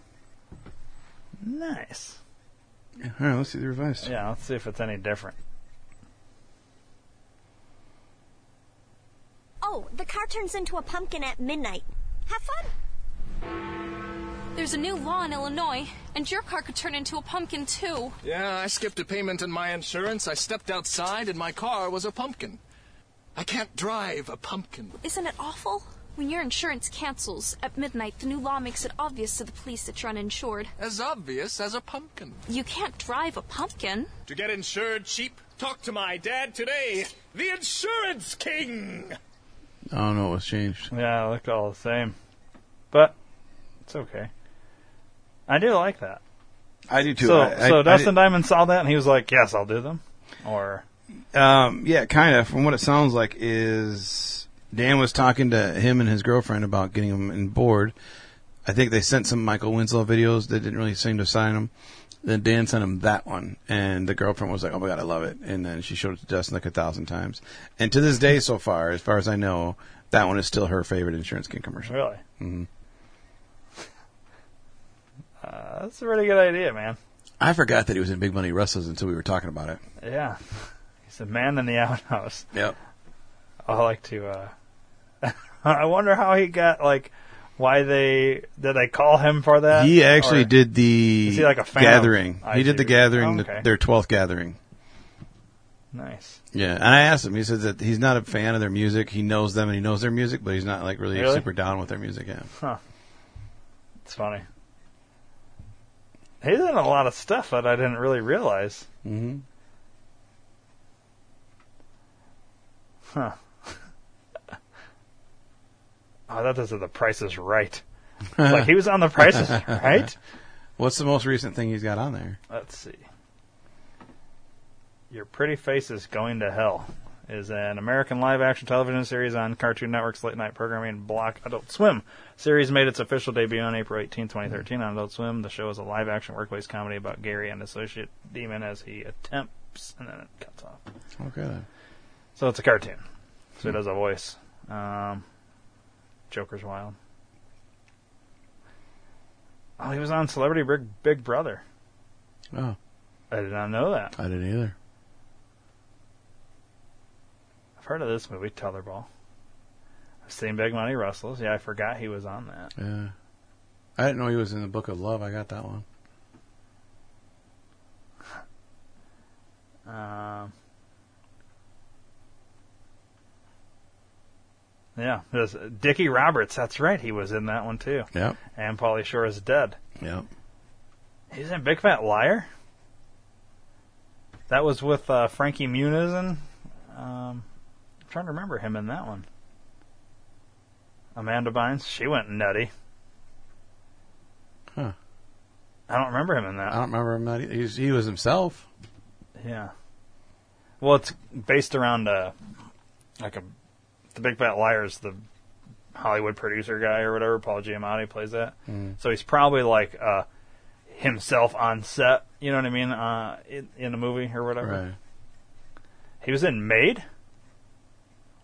[SPEAKER 1] nice.
[SPEAKER 3] All right, let's see the revised.
[SPEAKER 1] Yeah, let's see if it's any different.
[SPEAKER 10] Oh, the car turns into a pumpkin at midnight. Have fun. There's a new law in Illinois, and your car could turn into a pumpkin too.
[SPEAKER 9] Yeah, I skipped a payment on my insurance. I stepped outside, and my car was a pumpkin. I can't drive a pumpkin.
[SPEAKER 10] Isn't it awful? When your insurance cancels at midnight, the new law makes it obvious to the police that you're uninsured.
[SPEAKER 9] As obvious as a pumpkin.
[SPEAKER 10] You can't drive a pumpkin.
[SPEAKER 9] To get insured cheap, talk to my dad today, the insurance king!
[SPEAKER 3] I don't know what's changed.
[SPEAKER 1] Yeah, it looked all the same. But it's okay. I do like that.
[SPEAKER 3] I do too.
[SPEAKER 1] So,
[SPEAKER 3] I- I-
[SPEAKER 1] so
[SPEAKER 3] I
[SPEAKER 1] Dustin Diamond saw that and he was like, "Yes, I'll do them." Or
[SPEAKER 3] Um, yeah, kind of. From what it sounds like, is Dan was talking to him and his girlfriend about getting him on board. I think they sent some Michael Winslow videos. They didn't really seem to sign him. Then Dan sent him that one, and the girlfriend was like, "Oh my god, I love it!" And then she showed it to Dustin like a thousand times. And to this day, so far, as far as I know, that one is still her favorite insurance skin commercial.
[SPEAKER 1] really,
[SPEAKER 3] hmm
[SPEAKER 1] uh, that's a really good idea, man.
[SPEAKER 3] I forgot that he was in Big Money Wrestlers until we were talking about it.
[SPEAKER 1] Yeah, he's a man in the outhouse.
[SPEAKER 3] Yep.
[SPEAKER 1] I like to. uh I wonder how he got like why they did they call him for that?
[SPEAKER 3] He actually
[SPEAKER 1] Or-
[SPEAKER 3] did the
[SPEAKER 1] Is he like a fan of
[SPEAKER 3] gathering. He did the
[SPEAKER 1] IQ?
[SPEAKER 3] gathering,
[SPEAKER 1] Oh,
[SPEAKER 3] the-
[SPEAKER 1] okay.
[SPEAKER 3] their twelfth gathering.
[SPEAKER 1] nice.
[SPEAKER 3] Yeah, and I asked him. He says that he's not a fan of their music. He knows them and he knows their music, but he's not like really,
[SPEAKER 1] Really?
[SPEAKER 3] super down with their music. Yeah,
[SPEAKER 1] Huh. It's funny. He's in a lot of stuff that I didn't really realize.
[SPEAKER 3] mm-hmm.
[SPEAKER 1] Huh. oh, that is the Price is Right. It's like he was on the Price is Right.
[SPEAKER 3] What's the most recent thing he's got on there?
[SPEAKER 1] Let's see. Your Pretty Face is Going to Hell is an American live action television series on Cartoon Network's late night programming block Adult Swim. Series made its official debut on April 18, 2013 on Adult Swim. The show is a live action workplace comedy about Gary and associate Demon as he attempts and then it cuts off.
[SPEAKER 3] Okay. then.
[SPEAKER 1] So it's a cartoon. So it has a voice. Um, Joker's wild. Oh, he was on Celebrity Big, Big Brother.
[SPEAKER 3] Oh,
[SPEAKER 1] I did not know that.
[SPEAKER 3] I didn't either.
[SPEAKER 1] I've heard of this movie, Tetherball. I've seen Big Money Wrestles. Yeah, I forgot he was on that.
[SPEAKER 3] Yeah, I didn't know he was in the Book of Love. I got that one.
[SPEAKER 1] Um, yeah, there's Dickie Roberts. That's right, he was in that one too.
[SPEAKER 3] Yep.
[SPEAKER 1] And Polly Shore is dead.
[SPEAKER 3] Yep.
[SPEAKER 1] He's in Big Fat Liar. That was with uh, Frankie Muniz, and um, I'm trying to remember him in that one. Amanda Bynes, she went nutty.
[SPEAKER 3] Huh.
[SPEAKER 1] I don't remember him in that.
[SPEAKER 3] I don't remember him. Not, e-, he's, he was himself.
[SPEAKER 1] Yeah. Well, it's based around uh, like a the Big Fat Liars, the Hollywood producer guy or whatever. Paul Giamatti plays that,
[SPEAKER 3] Mm.
[SPEAKER 1] so he's probably like uh, himself on set. You know what I mean? Uh, in, in a movie or whatever.
[SPEAKER 3] Right.
[SPEAKER 1] He was in Maid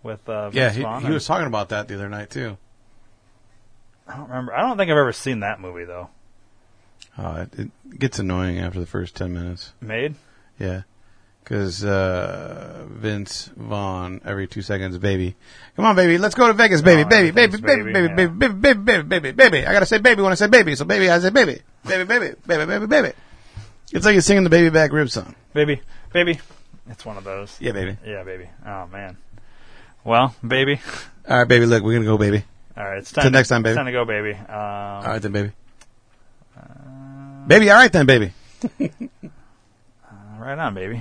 [SPEAKER 1] with uh,
[SPEAKER 3] Yeah,
[SPEAKER 1] Vince Vaughn
[SPEAKER 3] he, he
[SPEAKER 1] and-
[SPEAKER 3] was talking about that the other night too.
[SPEAKER 1] I don't remember. I don't think I've ever seen that movie though.
[SPEAKER 3] Oh, it, it gets annoying after the first ten minutes.
[SPEAKER 1] Maid.
[SPEAKER 3] Yeah. Because uh, Vince Vaughn, every two seconds, baby. Come on, baby. Let's go to Vegas, baby.
[SPEAKER 1] Oh,
[SPEAKER 3] baby, baby,
[SPEAKER 1] everything's
[SPEAKER 3] baby, baby,
[SPEAKER 1] baby,
[SPEAKER 3] baby, baby, baby, baby, baby, baby. I got to say baby when I say baby. So, baby, I say baby. Baby, baby, baby, baby, baby. It's like you're singing the Baby Back Rib song.
[SPEAKER 1] Baby, baby. It's one of those.
[SPEAKER 3] Yeah, baby.
[SPEAKER 1] Yeah, baby. Oh man. Well, baby.
[SPEAKER 3] All right, baby, look, we're going to go, baby.
[SPEAKER 1] All right, it's
[SPEAKER 3] Till
[SPEAKER 1] time.
[SPEAKER 3] next time, baby.
[SPEAKER 1] It's time to go, baby. Um,
[SPEAKER 3] All right, then, baby. Baby, all right, then, baby.
[SPEAKER 1] Right on, baby.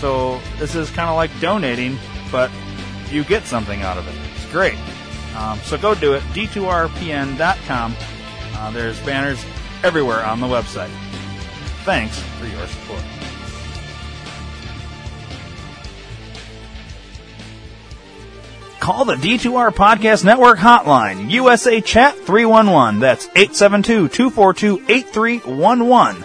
[SPEAKER 1] So this is kind of like donating, but you get something out of it. It's great. Um, so go do it. D2RPN.com. Uh, there's banners everywhere on the website. Thanks for your support. Call the D2R Podcast Network hotline, USA Chat 311. That's 872 242 8311.